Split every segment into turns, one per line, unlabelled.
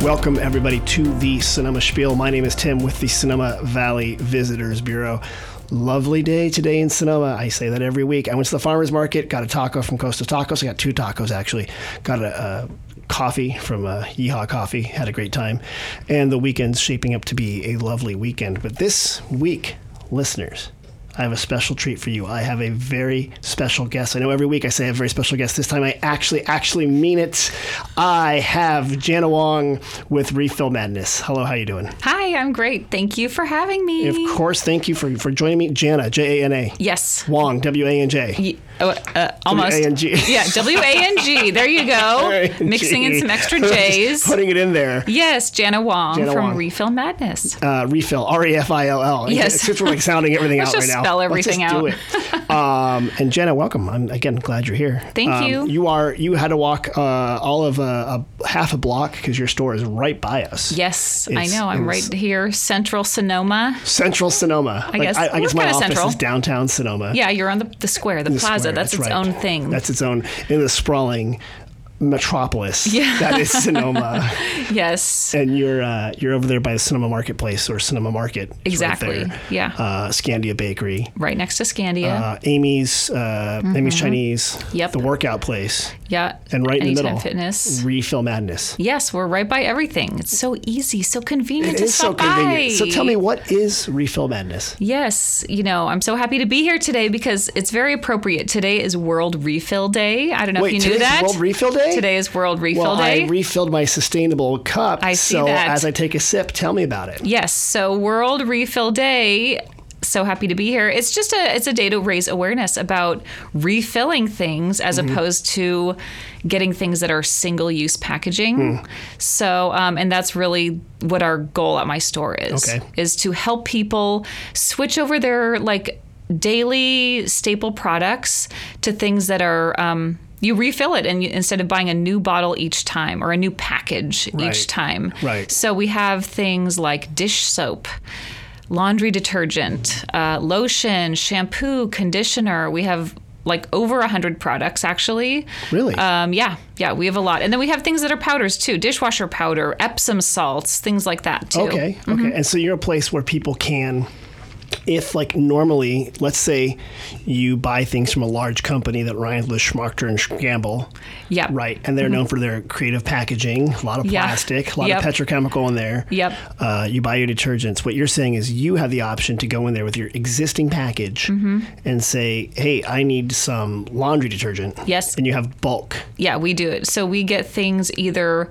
Welcome, everybody, to the Cinema Spiel. My name is Tim with the Cinema Valley Visitors Bureau. Lovely day today in Sonoma. I say that every week. I went to the farmer's market, got a taco from Costa Tacos. I got two tacos, actually. Got a, uh coffee from uh, Yeehaw Coffee. Had a great time. And the weekend's shaping up to be a lovely weekend. But this week, listeners, I have a special treat for you. I have a very special guest. I know every week I say I have a very special guest. This time I actually, actually mean it. I have Jana Wong with Refill Madness. Hello, how you doing?
Hi, I'm great. Thank you for having me.
Of course, thank you for, for joining me. Jana, J A N A.
Yes.
Wong, W A N J.
Y- oh, uh, almost.
W-A-N-G.
Yeah, W A N G. There you go. Mixing in some extra J's.
Putting it in there.
Yes, Jana Wong
Jana
from
Wong.
Refill Madness.
uh, refill R E F I L L.
Yes.
it's just we're like sounding everything
Let's
out
just
right now.
spell
Let's just
everything out.
do it. Um, and Jenna, welcome. I'm again glad you're here.
Thank
Um,
you.
You are you had to walk uh, all of a, a half a block because your store is right by us.
Yes, I
It's-
know. I'm right
it's-
here, Central Sonoma.
Central Sonoma. I
guess-
I,
we're
guess my
kinda
office
central.
is downtown Sonoma.
Yeah, you're on the, the square, the,
The
plaza.
square,
that's, its
right.
own thing.
That's its own in the sprawling metropolis that is Sonoma.
yes.
and you're uh, you're over there by the Cinema Marketplace or Cinema Market. It's right
Exactly,
there.
yeah.
Uh, Scandia Bakery.
Right next to Scandia.
uh, Amy's uh, Amy's Chinese,
Mm-hmm. Yep.
the workout place,
yeah.
and right in the
Anytime
middle,
Fitness.
Refill Madness.
Yes, we're right by everything. It's so easy, so convenient
It
to
is so
stop
convenient. So
by.
tell me, what is Refill Madness?
Yes, you know, I'm so happy to be here today because it's very appropriate. Today is World Refill Day. I don't know
Wait,
if you knew
today's
that.
World Refill Day?
Today is World Refill
well,
Day.
I refilled my sustainable cup.
I see
so
that.
as I take a sip, tell me about it.
yes, so World Refill Day. So happy to be here. It's just a it's a day to raise awareness about refilling things as
Mm-hmm.
opposed to getting things that are single use packaging.
Hmm.
So um, and that's really what our goal at my store is
Okay.
is to help people switch over their like daily staple products to things that are um, you refill it and you, instead of buying a new bottle each time or a new package
Right.
each time
Right.
so we have things like dish soap laundry detergent uh, lotion shampoo conditioner we have like over 100 products actually
Really?
um, yeah yeah we have a lot and then we have things that are powders too dishwasher powder epsom salts things like that too
Okay. Okay.
Mm-hmm.
And so you're a place where people can. If like normally, let's say you buy things from a large company that rhymes with Schmachter and Gamble,
yeah
right? And they're known for their creative packaging, a lot of
Mm-hmm. Yeah.
plastic, a lot
Yep.
of petrochemical in there.
Yep.
Uh, you buy your detergents. What you're saying is you have the option to go in there with your existing package
Mm-hmm.
and say, "Hey, I need some laundry detergent."
Yes.
And you have bulk.
Yeah, we do it. So we get things either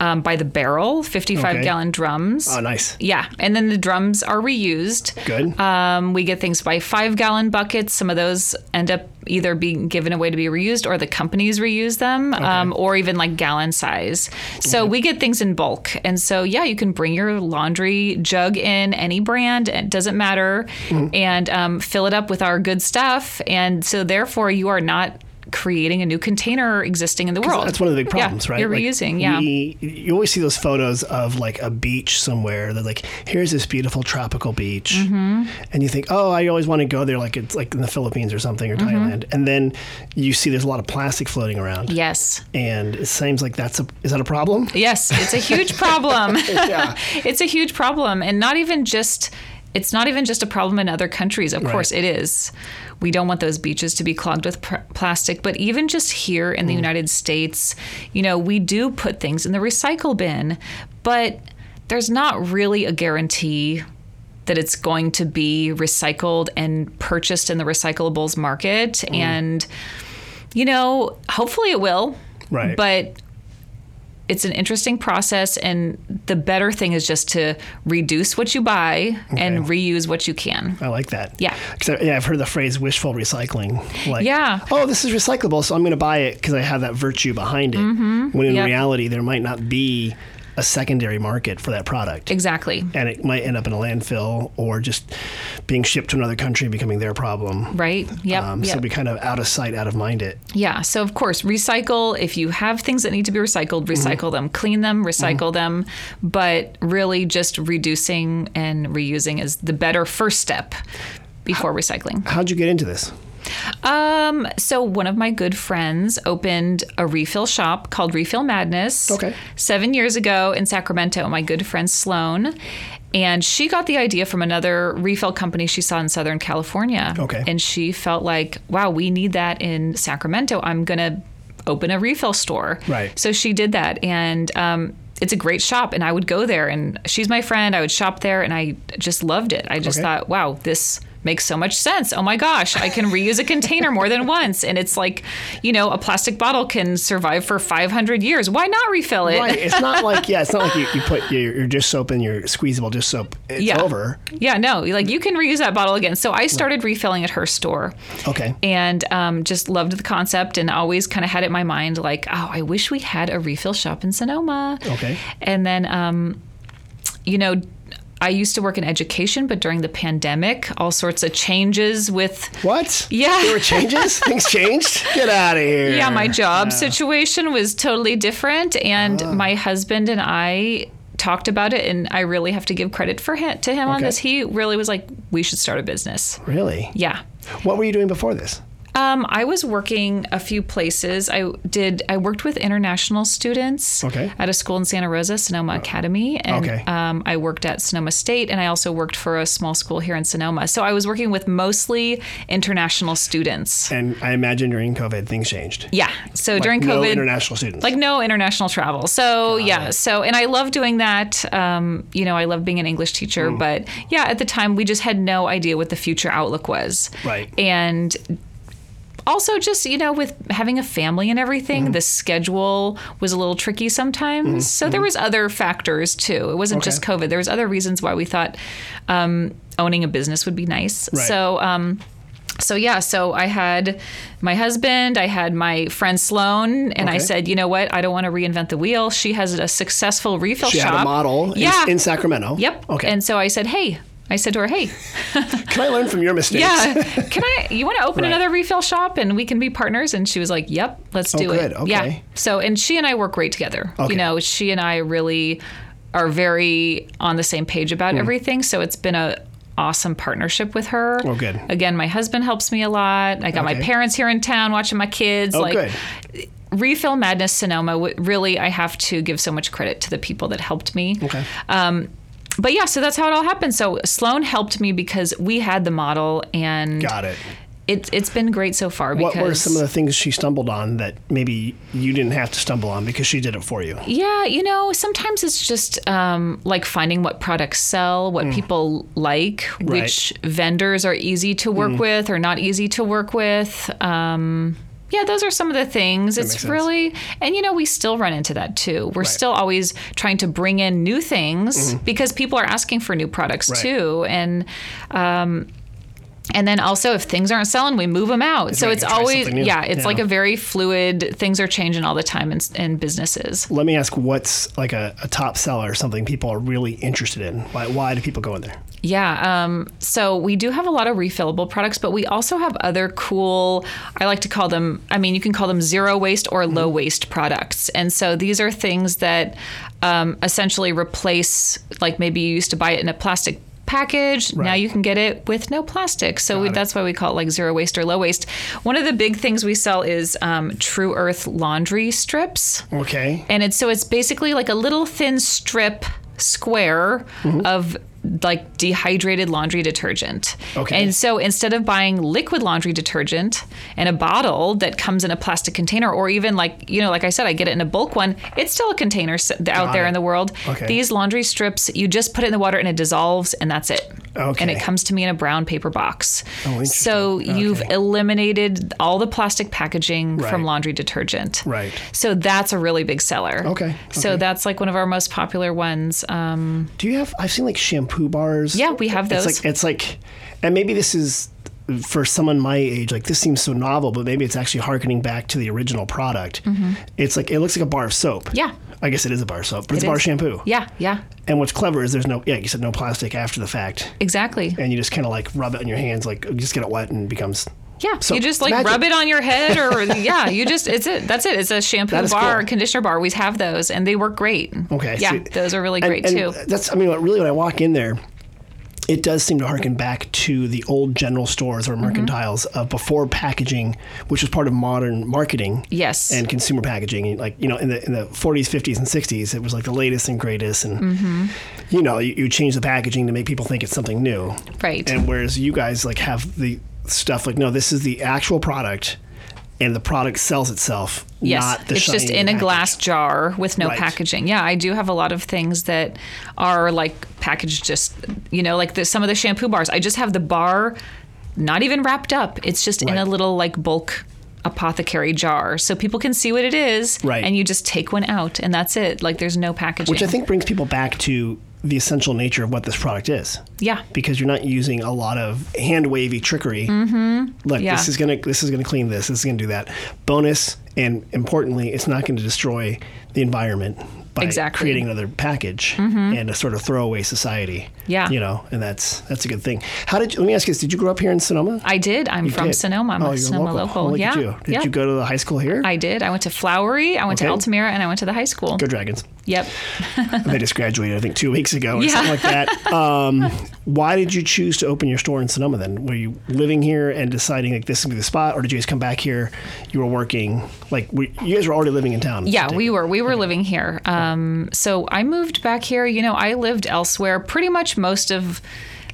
um, by the barrel, 55
Okay.
gallon drums.
Oh, nice.
yeah, and then the drums are reused.
Good.
Um, we get things by five gallon buckets. Some of those end up either being given away to be reused or the companies reuse them, um, or even like gallon size.
Mm-hmm.
So we get things in bulk. And so, yeah, you can bring your laundry jug in, any brand, it doesn't matter,
Mm-hmm.
and um, fill it up with our good stuff. And so, therefore, you are not creating a new container existing in the world.
That's one of the big
Yeah,
problems, right?
You're
Like,
reusing, yeah.
we- you always see those photos of like a beach somewhere. They're like, here's this beautiful tropical beach,
Mm-hmm.
and you think, oh, I always want to go there, like it's like in the Philippines or something or
Mm-hmm.
Thailand, and then you see there's a lot of plastic floating around.
yes.
and it seems like that's a is that a problem?
Yes, it's a huge problem.
Yeah.
it's a huge problem and not even just it's not even just a problem in other countries. Of course it is. We don't want those beaches to be clogged with pr- plastic, but even just here in the United States, you know, we do put things in the recycle bin, but there's not really a guarantee that it's going to be recycled and purchased in the recyclables market and you know, hopefully it will.
Right.
But it's an interesting process, and the better thing is just to reduce what you buy and reuse what you can.
I like that.
Yeah.
'Cause I, yeah, I've heard the phrase wishful recycling. Like,
Yeah.
oh, this is recyclable, so I'm going to buy it because I have that virtue behind it. When in
Mm-hmm. Yep.
reality, there might not be a secondary market for that product.
Exactly.
and it might end up in a landfill or just being shipped to another country and becoming their problem.
Right. Yep.
Um,
yep.
So be kind of out of sight, out of mind it.
yeah. So of course, recycle. If you have things that need to be recycled,
Mm-hmm.
recycle them. Clean them. Recycle them. But really, just reducing and reusing is the better first step before recycling.
How'd you get into this?
Um, so one of my good friends opened a refill shop called Refill Madness.
Okay.
Seven years ago in Sacramento, my good friend Sloan. And she got the idea from another refill company she saw in Southern California.
Okay.
And she felt like, wow, we need that in Sacramento. I'm going to open a refill store.
Right.
So she did that. And um, it's a great shop. And I would go there. And she's my friend. I would shop there. And I just loved it. I just
Okay.
thought, Uh, wow, this makes so much sense. Oh my gosh, I can reuse a container more than once. And it's like, you know, a plastic bottle can survive for 500 years. Why not refill it?
Right. It's not like yeah. It's not like you, you put your, your dish soap in your squeezable dish soap. It's
Yeah.
over.
Yeah, no, like you can reuse that bottle again. So I started refilling at her store.
Okay.
and um, just loved the concept and always kind of had it in my mind like, oh, I wish we had a refill shop in Sonoma.
Okay.
And then, um, you know, I used to work in education, but during the pandemic, all sorts of changes with.
What?
Yeah.
There were changes. Things changed. Get out of here.
Yeah, my job situation was totally different, and
Ah.
my husband and I talked about it, and I really have to give credit for him, to him on
Okay.
this. He really was like, "We should start a business."
Really?
Yeah,
What were you doing before this?
Um, I was working a few places. I did. I worked with international students
Okay. Uh,
at a school in Santa Rosa, Sonoma Academy, and
Okay.
um, I worked at Sonoma State, and I also worked for a small school here in Sonoma. So I was working with mostly international students.
And I imagine during COVID things changed.
Yeah. So during
no
COVID,
international students.
like no international travel. So yeah,
it.
so and I love doing that. Um, you know, I love being an English teacher,
Mm.
but yeah, at the time we just had no idea what the future outlook was.
Right.
And also just you know with having a family and everything
Mm-hmm.
the schedule was a little tricky sometimes so
Mm-hmm.
there was other factors too it wasn't just covid there was other reasons why we thought um, owning a business would be nice
Right.
so um, so yeah so i had my husband i had my friend sloan and i
Okay.
said you know what i don't want to reinvent the wheel she has a successful refill
she
shop
had a model in-
yeah
in, Sacramento.
yep
Okay.
and so i said hey i said to her hey
Can I learn from your mistakes?
yeah. Can I? You want to open
Right.
another refill shop and we can be partners? And she was like, "Yep, let's do
Oh, good.
it."
Okay.
Yeah. So, and she and I work great together.
Okay.
You know, she and I really are very on the same page
Hmm.
about everything. So it's been a awesome partnership with her.
Oh, good.
Again, my husband helps me a lot. I got my
Okay. Oh,
parents here in town watching my kids. like.
good.
Refill Madness Sonoma, w- really, I have to give so much credit to the people that helped me.
Okay.
Um, but yeah, so that's how it all happened. So Sloan helped me because we had the model, and
Got it.
it, it's been great so far.
What
Because
were some of the things she stumbled on that maybe you didn't have to stumble on because she did it for you?
Yeah, you know, sometimes it's just um, like finding what products sell, what
Mm.
people like, which vendors are easy to work
Mm.
with or not easy to work with. Um, yeah, those are some of the things.
makes
It's
sense.
really, and you know, we still run into that too. We're still always trying to bring in new things because people are asking for new products
Mm-hmm. Right.
too. And, um, and then also, if things aren't selling, we move them out. so
right,
it's
you try
always,
something new.
yeah, it's
Yeah.
like a very fluid. Things are changing all the time in, in businesses.
Let me ask what's like a, a top seller or something people are really interested in? Why, why do people go in there?
Yeah. Um, so we do have a lot of refillable products, but we also have other cool, I like to call them, I mean, you can call them zero waste or low
Mm-hmm.
waste products. And so these are things that um, essentially replace, like maybe you used to buy it in a plastic package. Now
Right.
you can get it with no plastic. So we,
it.
that's why we call it like zero waste or low waste. One of the big things we sell is um, True Earth laundry strips
Okay.
and it's so it's basically like a little thin strip square
Mm-hmm.
of like dehydrated laundry detergent.
Okay.
And so instead of buying liquid laundry detergent in a bottle that comes in a plastic container or even like you know like I said I get it in a bulk one, it's still a container s- out there
it.
in the world.
Okay.
These laundry strips, you just put it in the water and it dissolves and that's it.
Okay. Oh,
And it comes to me in a brown paper box.
interesting.
so you've
Okay.
eliminated all the plastic packaging
Right.
from laundry detergent.
Right.
So that's a really big seller.
Okay,
So
okay.
that's like one of our most popular ones. Um,
Do you have? I've seen like shampoo bars.
Yeah, we have those.
It's like it's like, and maybe this is for someone my age. Like this seems so novel, but maybe it's actually harkening back to the original product. It's like it looks like a bar of soap.
Mm-hmm. Yeah.
I guess it is a bar of soap, but it's a
It
bar of
is.
shampoo.
yeah, yeah,
And what's clever is there's no yeah, like you said no plastic after the fact,
exactly.
and you just kind of like rub it on your hands, like just get it wet, and it becomes
Yeah,
So
you just like
magic.
rub it on your head, or yeah, you just it's it. That's it. It's a shampoo
is
bar,
cool.
conditioner bar. We have those, and they work great.
okay.
Yeah,
so-
those are really
and-
great
and
too.
That's I mean, what- really when I walk in there. it does seem to harken back to the old general stores
Mm-hmm.
or mercantiles of before packaging, which was part of modern marketing
Yes.
and consumer packaging. And, Like you know, in the in the 40s, 50s, and 60s, it was like the latest and greatest, and
Mm-hmm.
you know, you, you change the packaging to make people think it's something new.
right.
And whereas you guys like have the stuff like, no, this is the actual product, and the product sells itself.
Yes,
not the
it's just
shiny
in a
package.
glass jar with no
Right.
packaging. Yeah, I do have a lot of things that are like packaged just, you know, like the, some of the shampoo bars. I just have the bar not even wrapped up. It's just in a
Right.
little like bulk apothecary jar so people can see what it is
Right.
and you just take one out and that's it. Like there's no packaging.
which I think brings people back to the essential nature of what this product is.
yeah.
because you're not using a lot of hand wavy trickery. Look,
Mm-hmm. Yeah.
this is gonna this is gonna clean this. This is gonna do that. Bonus, and importantly, it's not going to destroy the environment by
Exactly. Mm-hmm.
creating another package and a sort of throwaway society.
Yeah.
you know, and that's that's a good thing. How did you, let me ask you this? Did you grow up here in Sonoma?
I did. I'm from
Did-
Sonoma. I'm
oh,
a
you're
Sonoma
local.
local.
Oh, look
yeah.
at you. Did
yeah.
you go to the high school here?
I did. I went to Flowery, I went to
Okay.
Altamira and I went to the high school.
go Dragons.
Yep.
they just graduated, I think, two weeks ago or
Yeah.
something like that. Um, why did you choose to open your store in Sonoma then? Were you living here and deciding like this is gonna be the spot, or did you just come back here? You were working, like we, you guys were already living in town.
Yeah, we were. We were living here. Um, so I moved back here. You know, I lived elsewhere pretty much most of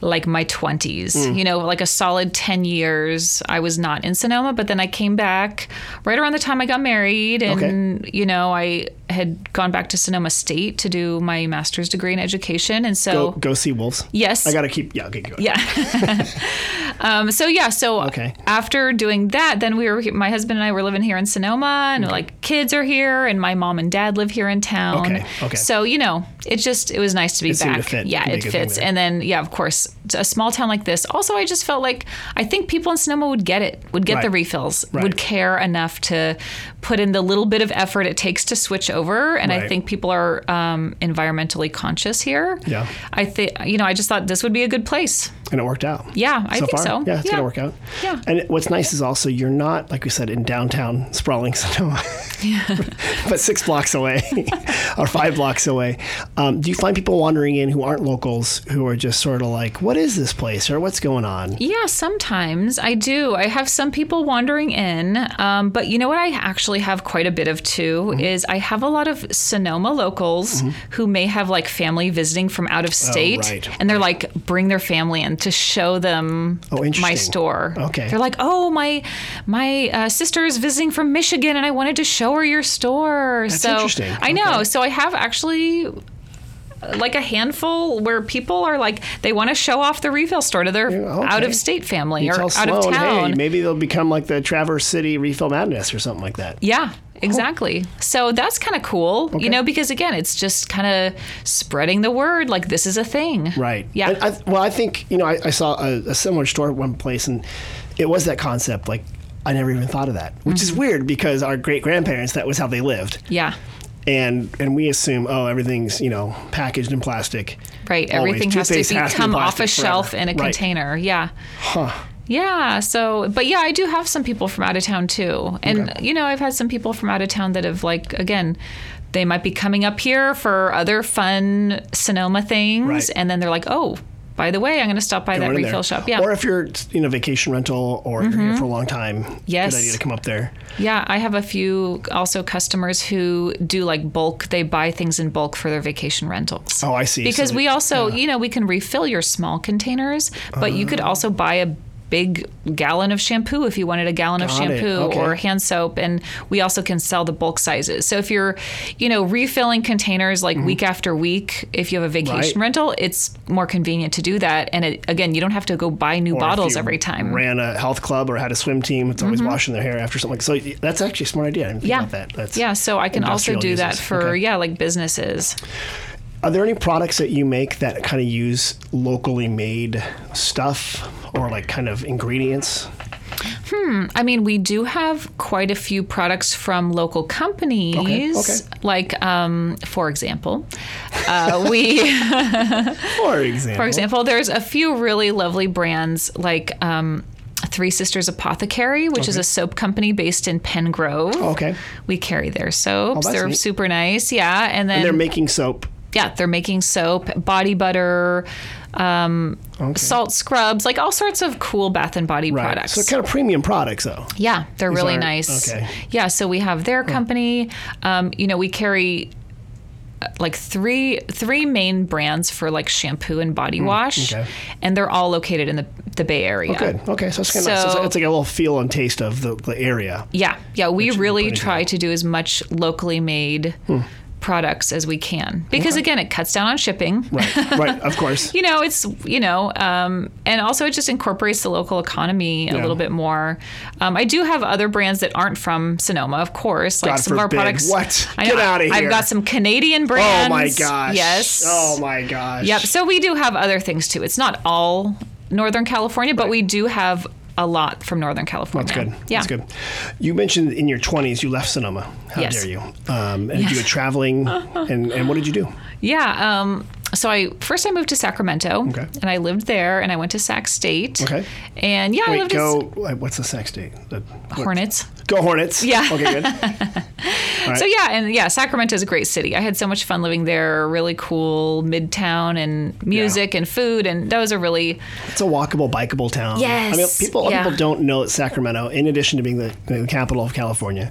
like my 20s, you know, like a solid 10 years. I was not in Sonoma, but then I came back right around the time I got married. And, you know, I had gone back to Sonoma State to do my master's degree in education. And
go,
so,
go see wolves.
yes.
I gotta keep. Yeah, okay, go.
Yeah. um, so yeah. So
Okay.
after doing that, then we were my husband and I were living here in Sonoma, and like kids are here, and my mom and dad live here in town.
Okay, okay.
So you know, it just it was nice to be
seemed to
back.
fit.
Yeah,
Be a
it
good thing
fits.
there.
And then yeah, of course, t- a small town like this. Also, I just felt like I think people in Sonoma would get it, would get
Right.
the refills,
Right.
would care enough to put in the little bit of effort it takes to switch over. And I
Right.
think people are um, environmentally conscious here.
Yeah.
I think you know, I just thought this would be a good place.
and it worked out.
Yeah, I
so
think
far.
so.
Yeah, it's gonna work out.
Yeah.
And what's nice is also you're not like we said in downtown sprawling Sonoma, but six blocks away or five blocks away. Um, do you find people wandering in who aren't locals who are just sort of like, what is this place or what's going on?
Yeah, sometimes I do. I have some people wandering in, um, but you know what? I actually have quite a bit of too.
Mm-hmm.
Is I have a lot of Sonoma locals who may have like family visiting from out of state,
Oh, right,
and they're like bring their family in to show them
Oh,
my
interesting.
store.
Okay.
they're like, oh my my uh, sister is visiting from Michigan, and I wanted to show her your store. That's so
interesting.
I know. So I have actually like a handful where people are like they want to show off the refill store to their
okay.
out of state family
You
or
tell
out
Sloan,
of town.
hey, maybe they'll become like the Traverse City Refill Madness or something like that.
yeah, exactly. So that's kind of cool, you know, because again, it's just kind of spreading the word like this is a thing.
Right.
Yeah.
And I, well, I think you know I, I saw a, a similar store at one place, and it was that concept. Like I never even thought of that, which is weird because our great grandparents that was how they lived,
Mm-hmm. yeah.
and and we assume oh everything's you know packaged in plastic.
Right.
Always.
Everything has to,
Toothpaste
be,
has to be
come off a
plastic
shelf
forever.
in a
Right.
container. Yeah.
Huh.
Yeah. So, but yeah, I do have some people from out of town too. And,
Okay.
you know, I've had some people from out of town that have, like, again, they might be coming up here for other fun Sonoma things.
Right.
And then they're like, oh, by the way, I'm going to stop by that
Going in there.
refill shop. Yeah. Mm-hmm.
Or if you're you know vacation rental or if you're here for a long time,
Yes.
good idea to come up there.
yeah. I have a few also customers who do like bulk, they buy things in bulk for their vacation rentals.
Oh, I see. So
Because
they-
we also, you know, we can refill your small containers, but you
Oh.
could also buy a big gallon of shampoo if you wanted a gallon of
Got it.
shampoo
Okay.
or hand soap and we also can sell the bulk sizes. So if you're, you know, refilling containers like week after week if you have a vacation
Mm-hmm. Right.
rental, it's more convenient to do that and it, again, you don't have to go buy new
or if
bottles
you
every time. Mm-hmm.
Ran a health club or had a swim team. It's always washing their hair after something. So that's actually a smart idea. I didn't think
yeah.
about that. That's
yeah, so I can also
industrial
do that
uses.
for
Okay.
yeah, like businesses.
Are there any products that you make that kind of use locally made stuff or like kind of ingredients?
I mean, we do have quite a few products from local companies.
okay.
Like, um, for example, uh, we,
For example,
for example, there's a few really lovely brands like um, Three Sisters Apothecary, which is
Okay.
a soap company based in Pen Grove.
okay,
We carry their soaps.
Oh, that's
they're
neat.
super nice. Yeah. And then
they're making soap.
yeah, they're making soap, body butter, um,
Okay.
salt scrubs, like all sorts of cool bath and body
Right.
products.
So kind of premium products, though.
Yeah, they're really
are-
nice.
okay.
Yeah, so we have their company. Um, you know, we carry uh, like three three main brands for like shampoo and body wash,
Hmm, okay. Oh,
and they're all located in the the Bay Area.
Good. Okay. So it's kind of nice.
So-
It's like, it's like a little feel and taste of the, the area.
Yeah, yeah, we really
pretty Hmm.
try to do as much locally made products as we can because again, it cuts down on shipping.
Right. right. Of course.
you know, it's you know, um, and also it just incorporates the local economy a
Yeah.
little bit more. Um, I do have other brands that aren't from Sonoma, of course. Like
God
some of our
forbid.
products.
What?
I know,
Get outta here.
I've got some Canadian
Oh
brands.
my gosh.
Yes.
Oh my gosh.
Yep. So we do have other things too. It's not all Northern California, but we do have a lot from Northern California.
That's good.
Yeah.
That's good. You mentioned in your 20s you left Sonoma. How
Yes.
dare you? Um, and you were traveling. and, and what did you do?
Yeah. Um, so I first I moved to Sacramento,
Okay.
and I lived there, and I went to Sac State.
Okay.
And yeah, I
Wait,
lived
go. Wait, what's the sex date? The,
in
what-
Hornets.
Go Hornets.
Yeah.
Okay, good.
So yeah, and yeah, Sacramento is a great city. I had so much fun living there. Really cool midtown and music and food, and that was a really
It's a walkable, bikeable town. I mean,
Yes.
people, a lot of
Yeah.
people don't know that Sacramento, in addition to being the, the capital of California,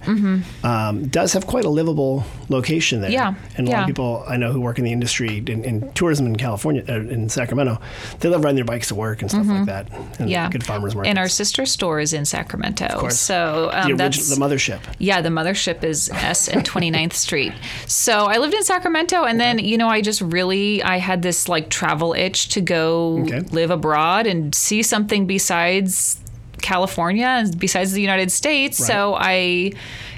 um, does have quite a livable location there.
Mm-hmm. Yeah.
And a lot
Yeah.
of people I know who work in the industry in, in tourism in California, uh, in Sacramento, they love riding their bikes to work and stuff like that. And
Mm-hmm. yeah
Good farmers market.
And our sister store is in Sacramento.
course.
So
the,
um,
original,
that's
the mothership.
yeah, the mothership is S and 29th Street. So I lived in Sacramento, and then you know I just really I had this like travel itch to go
Okay.
live abroad and see something besides California and besides the United States. So I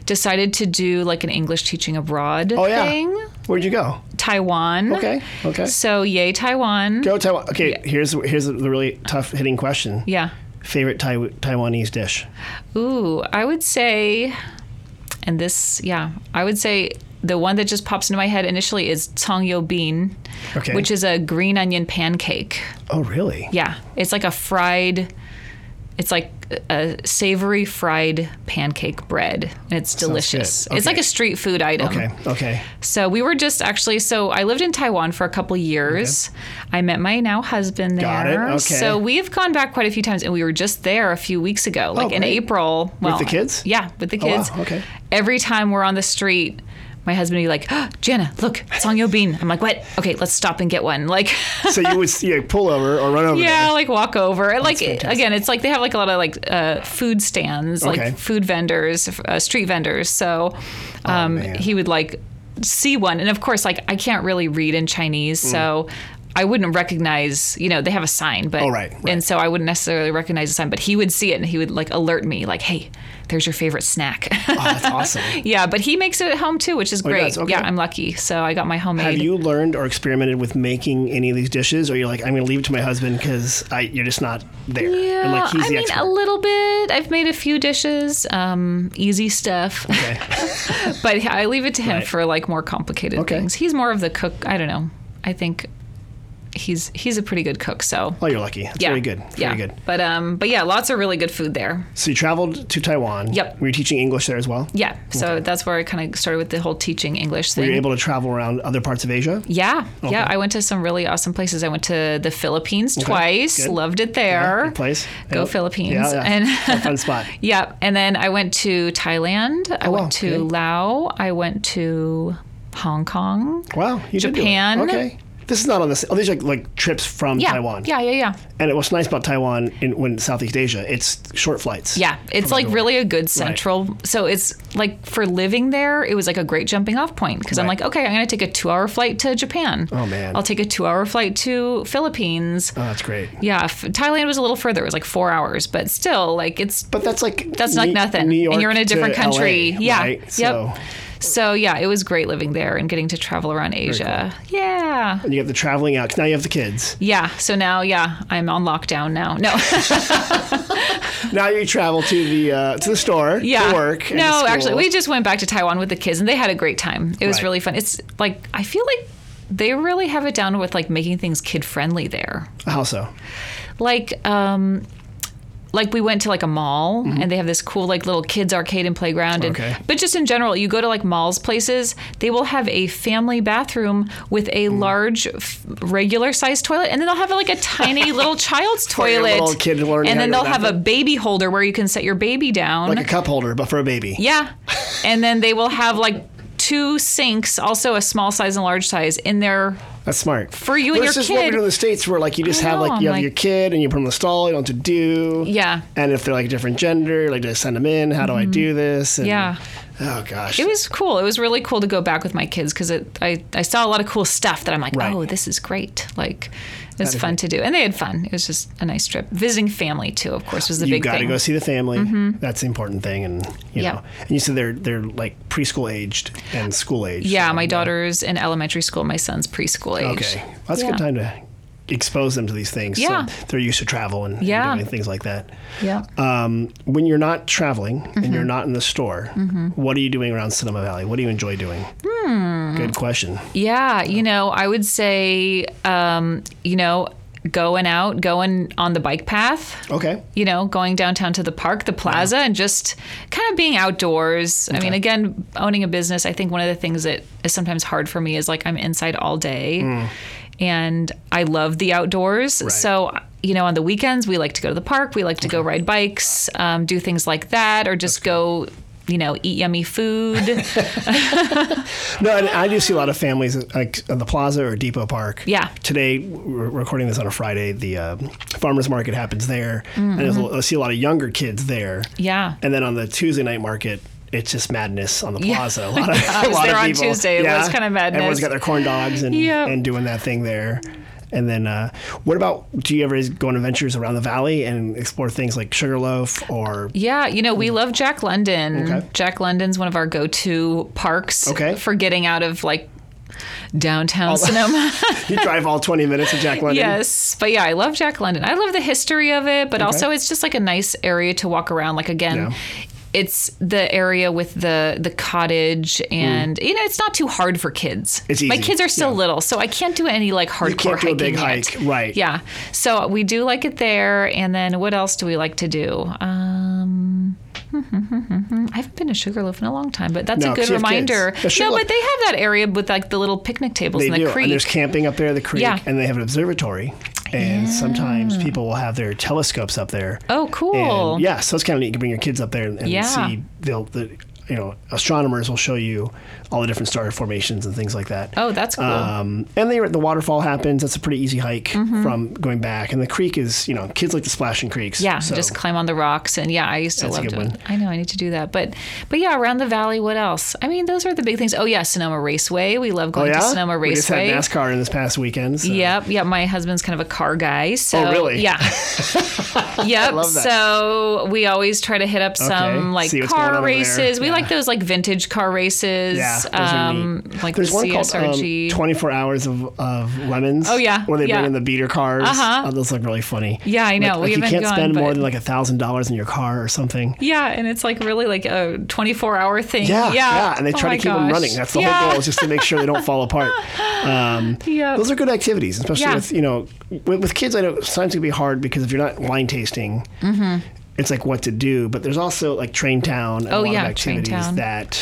decided to do like an English teaching abroad
Oh, yeah.
thing.
Where'd you go?
Taiwan.
Okay, okay.
So yay Taiwan.
Go Taiwan. Okay, here's here's the really tough hitting question.
Yeah.
Favorite tai- Taiwanese dish?
Ooh, I would say, and this, yeah, I would say the one that just pops into my head initially is tongyo bean,
Okay.
which is a green onion pancake.
Oh, really?
Yeah, it's like a fried. It's like a savory fried pancake bread, and it's delicious.
good.
It's like
Okay.
a street food item.
Okay, okay.
So we were just actually. So I lived in Taiwan for a couple years. I met my now husband there.
Got it. Okay.
So we've gone back quite a few times, and we were just there a few weeks ago, like in
Oh, great.
April. Well,
the kids? Oh,
Yeah, with the
wow,
kids.
okay.
Every time we're on the street. My husband would be like, oh, Jana, look, it's on your bean. I'm like, what? Okay, let's stop and get one. Like,
So you would you know, pull over or run over there.
yeah, like walk over. And, like again, it's like they have like a lot of like uh, food stands,
Okay.
like food vendors, uh, street vendors. So um,
Oh, man.
he would like see one, and of course, like I can't really read in Chinese, so. I wouldn't recognize, you know, they have a sign, but
Mm. Oh, right, right.
and so I wouldn't necessarily recognize the sign, but he would see it and he would like alert me, like, "Hey, there's your favorite snack."
Oh, that's awesome.
yeah, but he makes it at home too, which is
Oh, he
great.
does? Okay.
Yeah, I'm lucky, so I got my homemade.
Have you learned or experimented with making any of these dishes, or you're like, I'm going to leave it to my husband because you're just not there?
Yeah,
and like he's
I
the
mean
expert.
a little bit. I've made a few dishes, um, easy stuff,
okay.
but I leave it to him
Right.
for like more complicated
Okay.
things. He's more of the cook. I don't know. I think he's he's a pretty good cook. So
Oh, you're lucky. That's
yeah,
very good. Very
yeah.
good.
But um, but yeah, lots of really good food there.
So you traveled to Taiwan.
Yep.
Were you teaching English there as well?
Yeah, so that's where I kind of started with the whole teaching English
Were
thing.
you able to travel around other parts of Asia?
yeah, yeah. I went to some really awesome places. I went to the Philippines twice.
good.
Loved it there.
Good place.
Go
Yep.
Philippines.
Yeah, yeah.
And
It's a fun spot.
Yeah, and then I went to Thailand. I
Oh, wow,
went to
okay.
Laos. I went to Hong Kong.
Wow. You did do it.
Japan.
Okay. This is not on this. Oh, these are like, like trips from
Yeah,
Taiwan.
yeah, yeah, yeah,
And what's nice about Taiwan in when Southeast Asia, it's short flights.
yeah. It's like really a good central. So it's like for living there, it was like a great jumping off point because I'm
Right.
like, okay, I'm going to take a two hour flight to Japan.
Oh, man.
I'll take a two hour flight to Philippines.
Oh, that's great.
yeah, F- Thailand was a little further. It was like four hours, but still, like it's
But that's like
that's like
Ne-
nothing.
New York
and you're in
to
a different country.
LA,
yeah.
Right?
Yep.
So
So yeah, it was great living there and getting to travel around Asia. Yeah.
you have the traveling out. 'cause Now you have the kids.
Yeah. So now, yeah, I'm on lockdown now. No.
Now you travel to the uh, to the store.
yeah.
To work. and to
No,
school.
actually, we just went back to Taiwan with the kids, and they had a great time. It was
Right.
really fun. It's like I feel like they really have it down with like making things kid friendly there.
How so?
Like, um, like we went to like a mall and they have this cool like little kids arcade and playground and
Mm-hmm. Okay.
but just in general you go to like malls places they will have a family bathroom with a
Mm.
large f- regular sized toilet and then they'll have like a tiny little child's
your
toilet
little kid learning
and
how
then
to go
they'll have a
bathroom.
baby holder where you can set your baby down
like a cup holder, but for a baby.
yeah. And then they will have like two sinks, also a small size and large size, in there.
That's smart for
you and your
Versus what we
kid.
do in the states, where like you just
I
have
know,
like you
I'm
have your
like-
kid and you put them in the stall. You don't have to do.
Yeah. Mm-hmm.
And if they're like a different gender, like do I send them in? How do I do this? And,
Yeah.
Oh gosh.
It was cool. It was really cool to go back with my kids because I, I saw a lot of cool stuff that I'm like,
Right.
oh, this is great. Like, it was fun to do. And they had fun. It was just a nice trip. Visiting family, too, of course, was the
you
big
got to
thing. Mm-hmm.
go see the family. That's the important thing, and you
Yep.
know. And you said they're they're like preschool aged and school aged.
yeah, my daughter's in elementary school, my son's preschool age.
Okay, that's a
Yeah.
good time to expose them to these things.
Yeah.
so they're used to travel and, and
Yeah.
doing things like that.
Yeah.
Um, when you're not traveling
Mm-hmm.
and you're not in the store, what are you doing around Cinema Valley? What do you enjoy doing?
Hmm.
Good question.
Yeah, you know, I would say, um, you know, going out, going on the bike path.
Okay.
you know, going downtown to the park, the plaza, and just kind of being outdoors. I mean, again, owning a business, I think one of the things that is sometimes hard for me is like I'm inside all day
Mm.
and I love the outdoors. So, you know, on the weekends, we like to go to the park, we like to go ride bikes, um, do things like that, or just go. You know, eat yummy food.
No, and I do see a lot of families like at the plaza or Depot Park.
Yeah.
Today, we're recording this on a Friday. The uh, farmers market happens there, and there's a- I see a lot of younger kids there.
Mm-hmm. yeah.
And then on the Tuesday night market, it's just madness on the
Yeah.
plaza. A lot of,
I
a
was
lot
there
of
on
people.
Tuesday. It was kinda madness.
Everyone's got their corn dogs and,
Yep.
and doing that thing there. And then, uh, what about? Do you ever go on adventures around the valley and explore things like Sugarloaf or?
Yeah, you know, we love Jack London.
Okay.
Jack London's one of our go to parks
Okay. Oh.
for getting out of like downtown Sonoma.
You drive all twenty minutes to Jack London.
yes. But yeah, I love Jack London. I love the history of it, but also it's just like a nice area to walk around. Like again,
Yeah.
it's the area with the the cottage and you know, it's not too hard for kids.
Mm. It's
My
easy,
kids are still
yeah.
little, so I can't do any like hardcore
can't do a
hiking
big
yet.
hike, right.
Yeah. So we do like it there and then what else do we like to do? Um I haven't been to Sugarloaf in a long time, but that's
No,
a
'cause you
good
have kids.
reminder.
Yeah,
No,
Sugarloaf-
but they have that area with like the little picnic tables
They
and the
do.
creek.
And there's camping up there at the creek,
Yeah.
and they have an observatory. And sometimes people will have their telescopes up there.
Oh, cool.
And yeah, so it's kind of neat. You can bring your kids up there and, and
Yeah.
see. They'll, the, you know, astronomers will show you all the different star formations and things like that.
Oh, that's cool.
Um, and they, the waterfall happens. That's a pretty easy hike
Mm-hmm.
from going back. And the creek is, you know, kids like to splash in creeks.
yeah,
so Oh,
just climb on the rocks and yeah, I used to
That's a
love
good
doing.
one.
I know I need to do that, but but yeah, around the valley. What else? I mean, those are the big things. Oh yeah, Sonoma Raceway. We love
Oh,
going
yeah?
to Sonoma
we just had
Raceway.
NASCAR in this past weekend. so-
Yep, yep. My husband's kind of a car guy, so
Oh, really?
yeah, yep.
love that.
So we always try to hit up some
Okay,
like
see what's going on
car
over there.
races. We
Yeah.
like those like vintage car races.
Yeah, those are
um, like
There's
the
one called um,
CSRG.
24 Hours of, of Lemons.
Oh, yeah,
Where they
yeah.
bring in the beater cars.
Uh-huh.
Oh, those look really funny.
Yeah, I
Like,
know. We
like you
haven't
can't
gone,
spend more
but-
than like $1,000 in your car or something.
yeah, and it's like really like a 24 hour thing.
Yeah,
Yeah,
yeah, and they
Oh
try
my
to keep them
gosh.
running. That's the
Yeah.
whole goal, is just to make sure they don't fall apart. Um,
Yep.
Those are good activities, especially
Yeah.
with you know, with, with kids. I know sometimes it can be hard because if you're not wine tasting, it's like what to do. But there's also like Train Town. And
Mm-hmm. Oh,
a lot
yeah,
of
Train
activities
Town.
that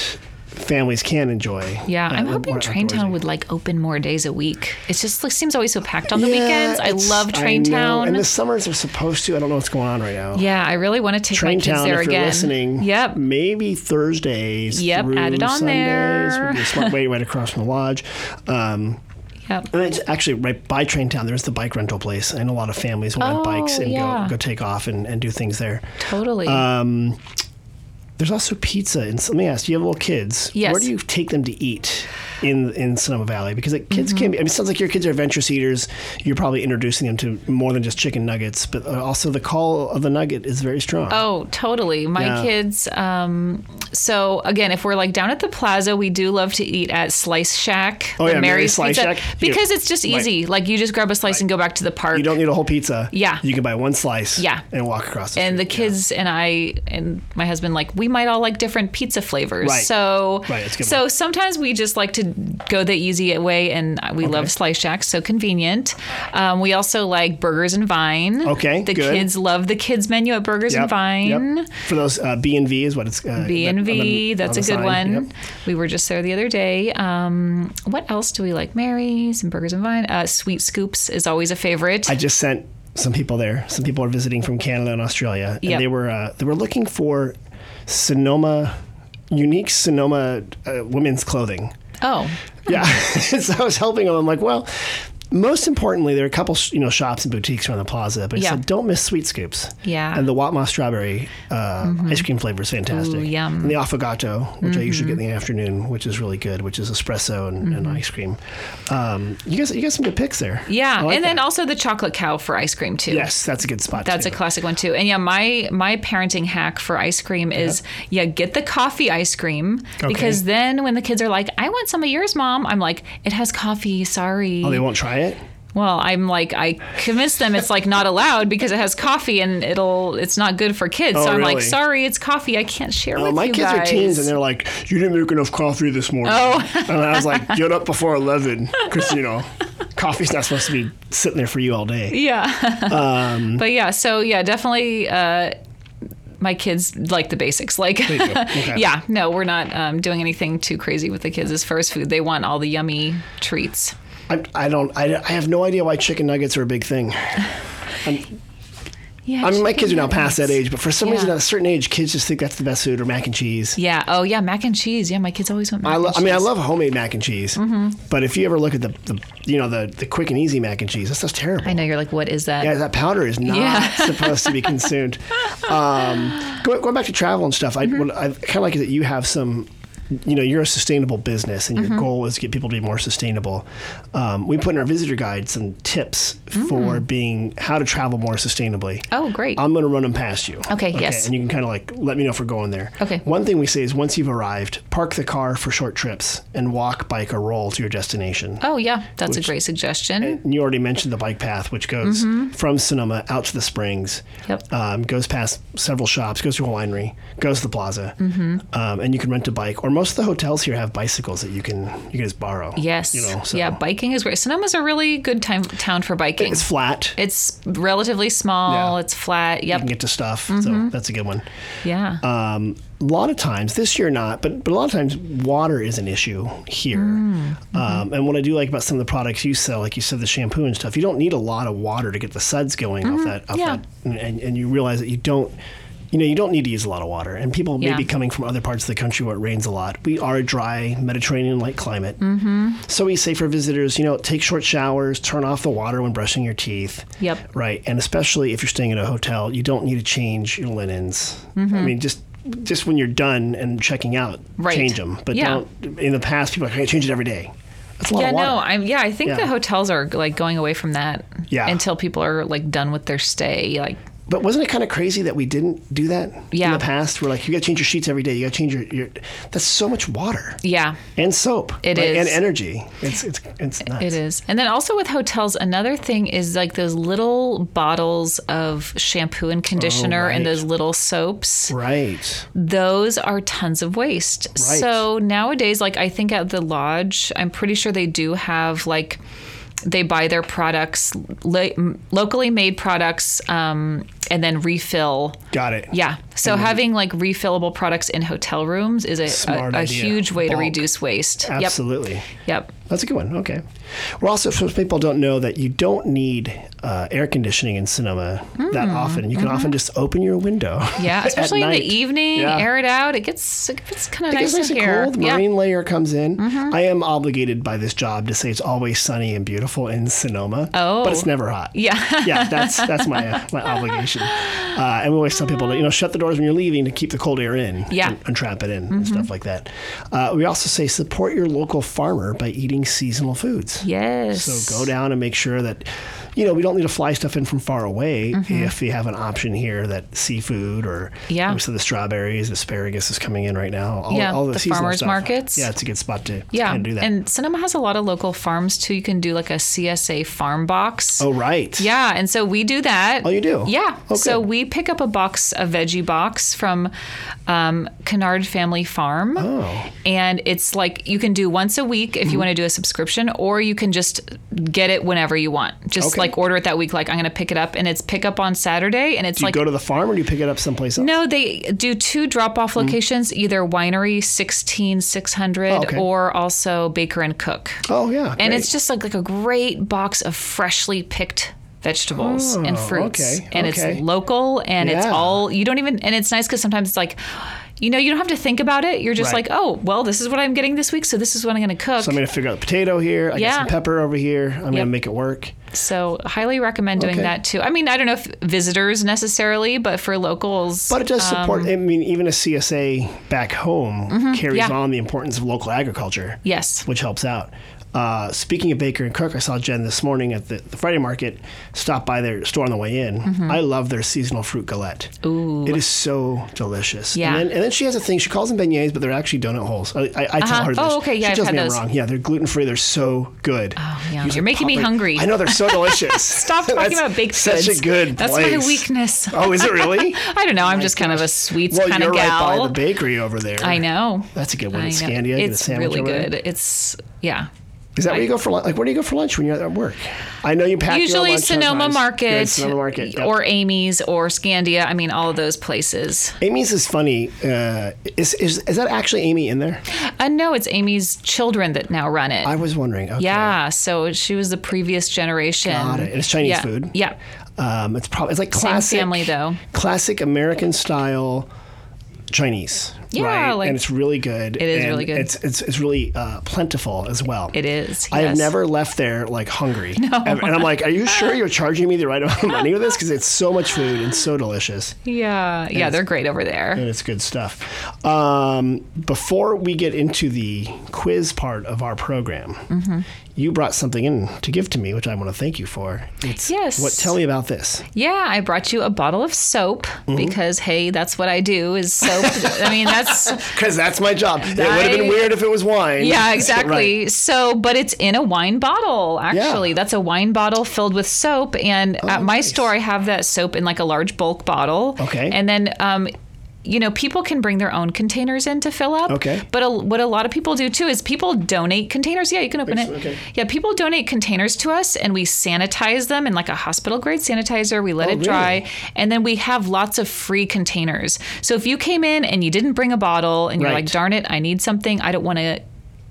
families can enjoy.
Yeah, I'm
uh,
hoping
more
Train Town
outdoorsy.
would like open more days a week. It just like seems always so packed on the
Yeah,
weekends. I
it's-
love Train
know,
Town.
and the summers are supposed to. I don't know what's going on right now.
yeah, I really want to take
Train
my kids
Town,
there
if you're
again.
listening,
Yep.
maybe Thursdays
Yep,
through
add it on
Sundays
there.
would be a smart way right across from the lodge. Um,
Yep.
and it's actually right by Train Town. There's the bike rental place, and a lot of families will rent
Oh,
bikes and
yeah.
go, go take off and, and do things there.
Totally.
Um, there's also pizza. And so, let me ask you: have little kids.
Yes.
Where do you take them to eat in in Sonoma Valley? Because like, kids
Mm-hmm.
can be. I mean, it sounds like your kids are adventurous eaters. You're probably introducing them to more than just chicken nuggets, but uh, also the call of the nugget is very strong.
Oh, totally. My
Yeah.
kids. Um, so again, if we're like down at the plaza, we do love to eat at Slice Shack,
Oh,
the
yeah, Mary's Slice
Pizza,
Shack.
because
Yeah.
it's just
Right.
easy. Like you just grab a slice and go back to the park.
You don't need a whole pizza.
Yeah.
You can buy one slice.
Yeah.
And walk across. The
and the
street.
kids and I and my husband like we might all like different pizza flavors.
Right.
So
Right, that's a good
so
one.
sometimes we just like to to go the easy way, and we love Slice Shack, so convenient. Um, we also like Burgers and Vine.
Okay,
the
good.
kids love the kids menu at Burgers
Yep,
and Vine.
yep. For those uh, B and V is what it's uh,
B and V,
that- on
that's
the-
a good
on the sign.
one.
Yep.
We were just there the other day. Um, what else do we like? Mary's and Burgers and Vine. Uh, Sweet Scoops is always a favorite.
I just sent some people there. Some people are visiting from Canada and Australia, and
Yep.
they were uh, they were looking for Sonoma, unique Sonoma uh, women's clothing.
oh,
Yeah, so I was helping them. I'm like, well. Most importantly, there are a couple, sh- you know, shops and boutiques around the plaza. But I
Yeah.
said, don't miss Sweet Scoops.
Yeah. Mm-hmm.
And the Watma strawberry uh, ice cream flavor is fantastic.
Ooh, yum. Mm-hmm.
And the affogato, which I usually get in the afternoon, which is really good, which is espresso and, and ice cream. Um, you guys, you got some good picks there.
yeah.
I like
and then
that.
also the chocolate cow for ice cream too.
yes, that's a good spot.
That's
too.
a classic one too. And yeah, my my parenting hack for ice cream is yeah, get the coffee ice cream because
Okay.
then when the kids are like, "I want some of yours, mom," I'm like, "It has coffee. Sorry."
Oh, they won't try it.
well, I'm like, I convince them it's like not allowed because it has coffee and it'll it's not good for kids. so I'm like,
Oh, really?
"Sorry, it's coffee. I can't share
Well,
with
my
you
kids
guys."
are teens, and they're like, "You didn't make enough coffee this morning." Oh. and I was like, "Get up before eleven, because you know, coffee's not supposed to be sitting there for you all day."
yeah.
Um,
but yeah, so yeah, definitely. Uh, my kids like the basics. Like,
do, okay.
yeah, no, we're not um, doing anything too crazy with the kids as far as food. They want all the yummy treats.
I, I don't. I, I have no idea why chicken nuggets are a big thing.
Yeah,
I mean, my
chicken
kids are now past that
nuggets.
age, but for some reason,
Yeah.
at a certain age, kids just think that's the best food or mac and cheese.
Yeah. Oh, yeah. Mac and cheese. Yeah, my kids always want. Mac
I, lo-
and
I
cheese.
mean, I love homemade mac and cheese,
Mm-hmm.
but if you ever look at the, the you know the, the quick and easy mac and cheese, that stuff's terrible.
I know you're like, what is that?
Yeah, that powder is not
Yeah.
supposed to be consumed. Um, go- going back to travel and stuff, I,
Mm-hmm.
what I kind of like is that you have some. You know, you're a sustainable business, and your
Mm-hmm.
goal is to get people to be more sustainable. Um, we put in our visitor guide some tips for being how to travel more sustainably.
Mm. Oh, great.
I'm going to run them past you.
Okay, yes.
And you can kind of like let me know if we're going there.
Okay.
One thing we say is once you've arrived, park the car for short trips and walk, bike, or roll to your destination.
oh, yeah. That's a great suggestion.
And you already mentioned the bike path, which goes from Sonoma out to the Springs.
Mm-hmm. Yep.
Um, goes past several shops, goes to a winery, goes to the plaza,
Mm-hmm.
um, and you can rent a bike. Or most of the hotels here have bicycles that you can you can just borrow.
yes.
You know. So
Yeah. Biking is great. Sonoma's a really good time town for biking.
It's flat.
It's relatively small.
Yeah.
It's flat.
you can
Yep.
get to stuff.
Mm-hmm.
So that's a good one.
Yeah.
Um, a lot of times, this year not, but, but a lot of times water is an issue here.
Mm, mm-hmm.
Um, and what I do like about some of the products you sell, like you said, the shampoo and stuff, you don't need a lot of water to get the suds going off that. Off
Mm-hmm. Yeah.
that and, and you realize that you don't. You know, you don't need to use a lot of water. And people may
Yeah.
be coming from other parts of the country where it rains a lot. We are a dry Mediterranean like climate.
Mm-hmm.
So we say for visitors, you know, take short showers, turn off the water when brushing your teeth.
Yep.
Right. And especially if you're staying at a hotel, you don't need to change your linens. I mean, just just when you're done and checking out,
Mm-hmm. Right.
change them. But
Yeah.
don't. In the past, people are like, I change it every day. That's a lot
yeah,
of water.
no, I'm yeah, I think
Yeah.
the hotels are like going away from that
Yeah.
until people are like done with their stay. Like
But wasn't it kind of crazy that we didn't do that in
Yeah.
the past? We're like, you got to change your sheets every day. You got to change your, your. That's so much water
yeah.
and soap.
It
right?
is.
and energy. It's it's it's nuts.
It is. And then also with hotels, another thing is like those little bottles of shampoo and conditioner
right.
and those little soaps.
Right.
Those are tons of waste.
Right.
So nowadays, like I think at the lodge, I'm pretty sure they do have like they buy their products, lo- locally made products, um, and then refill.
Got it.
Yeah. So having like refillable products in hotel rooms is a,
Smart
a, a
idea.
huge way
Bulk.
to reduce waste.
Absolutely.
Yep. Yep.
That's a good one. Okay. Well, also, for people don't know that you don't need uh, air conditioning in cinema that often. You can often just open your window.
Hmm. Mm-hmm. Yeah.
at
Especially in the
night.
evening,
Yeah.
air it out. It gets it's kind of
It gets
nice,
nice
in
and
here.
cold. The
yeah. Mm-hmm.
marine layer comes in. I am obligated by this job to say it's always sunny and beautiful in Sonoma.
Oh.
But it's never hot.
yeah.
yeah, that's that's my uh, my obligation. Uh, and we always tell people to you know shut the doors when you're leaving to keep the cold air in,
Yeah. Mm-hmm.
and, and trap it in and stuff like that. Uh, we also say support your local farmer by eating seasonal foods.
yes.
So go down and make sure that you know, we don't need to fly stuff in from far away if you have an option here that seafood or
Mm-hmm. Yeah.
most of the strawberries, asparagus is coming in right now. All,
Yeah,
all the,
the
seasonal
farmers
stuff.
markets.
Yeah, it's a good spot to
Yeah,
kinda do that.
and Cinema has a lot of local farms too. You can do like a CSA farm box.
oh, right.
Yeah, and so we do that.
Oh, you do?
Yeah.
Oh,
So
good.
we pick up a box, a veggie box from um, Kennard Family Farm.
Oh.
And it's like you can do once a week if
Mm-hmm.
you want to do a subscription, or you can just get it whenever you want. Just
Okay.
like order it that week. Like I'm going to pick it up, and it's pick up on Saturday, and it's
Do you
like
go to the farm or do you pick it up someplace else?
no, they do two drop off locations, either Winery 16600
Mm-hmm. Oh, okay.
or also Baker and Cook.
Oh, yeah.
And
great.
it's just like, like a great box of freshly picked vegetables and
Oh,
fruits.
okay,
And
okay.
it's local and it's
Yeah.
all, you don't even, and it's nice because sometimes it's like, you know, you don't have to think about it. You're just
Right.
like, oh, well, this is what I'm getting this week, so this is what I'm going to cook.
So I'm going to figure out the potato here. I got
Yeah.
some pepper over here. I'm going to
Yep.
make it work.
so highly recommend doing
Okay.
that too. I mean, I don't know if visitors necessarily, but for locals.
But it does support, I mean, even a CSA back home carries
Mm-hmm. yeah.
on the importance of local agriculture.
yes.
which helps out. Uh, speaking of Baker and Cook, I saw Jen this morning at the, the Friday market. Stopped by their store on the way in.
Mm-hmm.
I love their seasonal fruit galette. Ooh, it is so delicious.
Yeah.
and then, and then she has a thing. She calls them beignets, but they're actually donut holes. I, I, I tell
Uh-huh.
her this.
Oh, okay. Yeah,
she
I've
tells
had
me
those.
I'm wrong. Yeah, they're gluten free. They're so good. Oh,
yeah. You're making me hungry.
I know they're so delicious.
Stop talking
That's
about baked
such
goods.
a good
That's
place.
my weakness.
Oh, is it really?
I don't know. I'm just kind of a sweets
well,
kind
you're
of gal.
right by the bakery over there.
I know.
That's a good one.
I
in
know.
Scandia, get a
It's
sandwich
really
over there.
good. It's yeah.
Is that where
I-
you go for lunch? Like, where do you go for lunch when you're at work? I know you pack your
Usually
lunch
Sonoma
sometimes.
Market,
Good, Sonoma Market, yep.
or Amy's or Scandia. I mean, all of those places.
Amy's is funny. Uh, is, is is that actually Amy in there?
Uh, no, it's Amy's children that now run it.
I was wondering. Okay.
yeah, so she was the previous generation.
Got it. And it's Chinese
yeah.
food.
Yeah,
Um, it's probably it's like classic
family, though.
Classic American style Chinese.
Yeah,
right?
like-
and it's really good. It
is really good.
It's it's it's really uh, plentiful as well.
it is.
I have
yes.
never left there like hungry. Ever. And I'm like, are you sure you're charging me the right amount of money for this? Because it's so much food and so delicious.
Yeah, yeah, they're great over there.
And it's good stuff. Um, before we get into the quiz part of our program,
Mm-hmm.
you brought something in to give to me, which I want to thank you for. It's,
Yes.
What? Tell me about this.
Yeah, I brought you a bottle of soap
Mm-hmm.
because hey, that's what I do is soap. I mean, that's
Because that's my job. it would have been
I-
weird if it was wine.
yeah,
Right.
exactly. So, but it's in a wine bottle actually.
Yeah. Oh,
That's a wine bottle filled with soap and at my
nice.
store I have that soap in like a large bulk bottle.
Okay.
And then um you know, people can bring their own containers in to fill up.
Okay.
But a, what a lot of people do too is people donate containers. Yeah, you can open it.
Okay.
Yeah, people donate containers to us and we sanitize them in like a hospital grade sanitizer. We let it
Oh, really?
dry and then we have lots of free containers. So if you came in and you didn't bring a bottle and you're
Right.
like, darn it, I need something, I don't want to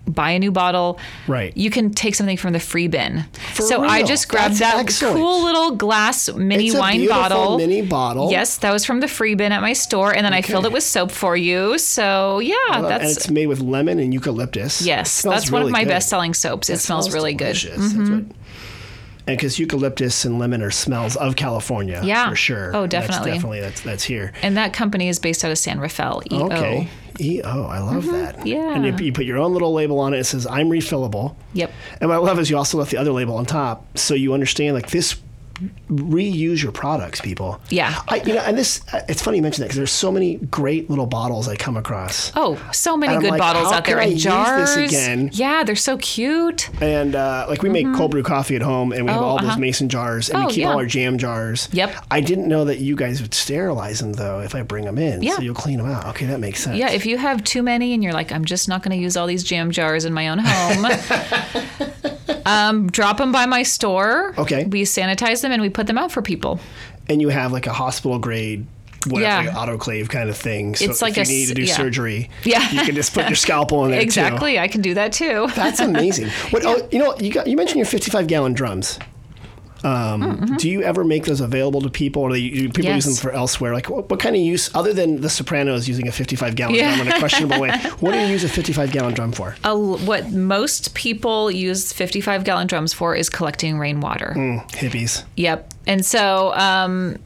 buy a new bottle.
Right.
You can take something from the free bin. so I
real?
just grabbed
That's
that
excellent.
cool little glass mini
It's a
wine
beautiful
bottle.
mini bottle.
Yes, that was from the free bin at my store and then I filled
Okay.
it with soap for you. So yeah,
Uh, and
that's
it's made with lemon and eucalyptus. It
yes,
smells
that's one of
really
my
good.
best selling soaps. It, smells, really good. Mm, Mm-hmm.
delicious. That's what- and because eucalyptus and lemon are smells of California,
Yeah.
for sure.
Oh,
That's
definitely.
definitely, that's that's here.
And that company is based out of San Rafael, E EO.
Okay. EO, I love that.
E Mm-hmm. Yeah.
And you, you put your own little label on it. It says, I'm refillable.
Yep.
And what I love is you also left the other label on top. So you understand, like, this reuse your products, people.
Yeah.
I, you know, and this, uh, it's funny you mention that because there's so many great little bottles I come across.
Oh, so many
And I'm
good
like,
bottles
how
out there
can I
in
use
jars.
this again?
Yeah, they're so cute.
And uh, like we make cold brew coffee at home, and we have
Mm-hmm. Oh,
all those
uh-huh.
mason jars, and
Oh,
we keep
yeah.
all our jam jars.
Yep.
I didn't know that you guys would sterilize them though if I bring them in.
Yeah.
So you'll clean them out. Okay, that makes sense.
Yeah, if you have too many and you're like, I'm just not going to use all these jam jars in my own home, um, drop them by my store.
Okay.
We sanitize them and we put them out for people.
and you have like a hospital grade whatever
Yeah.
like autoclave kind of thing. So
It's like
if
a
you need
s-
to do
yeah.
surgery,
Yeah.
you can just put your scalpel in there too.
Exactly. I can do that too.
That's amazing. What oh, you know, you got you mentioned your 55 gallon drums. Um, Do you ever make those available to people, or do, you, do people use
Mm, mm-hmm. Yes.
them for elsewhere? Like, what, what kind of use, other than The Sopranos using a 55 gallon
Yeah.
drum in a questionable way? What do you use a 55 gallon drum for?
A l what most people use 55 gallon drums for is collecting rainwater.
Mm, hippies.
Yep. And so, um,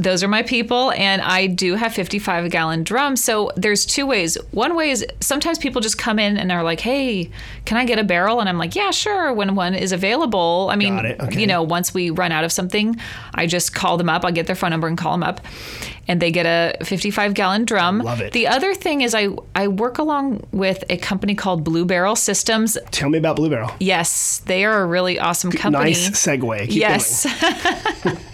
those are my people and i do have 55 gallon drums so there's two ways one way is sometimes people just come in and they're like hey can i get a barrel and i'm like yeah sure when one is available i mean
Got it. Okay.
you know once we run out of something i just call them up i'll get their phone number and call them up and they get a 55 gallon drum
Love it.
the other thing is i i work along with a company called blue barrel systems
Tell me about Blue Barrel.
yes they are a really awesome company
Nice segue. Keep
yes.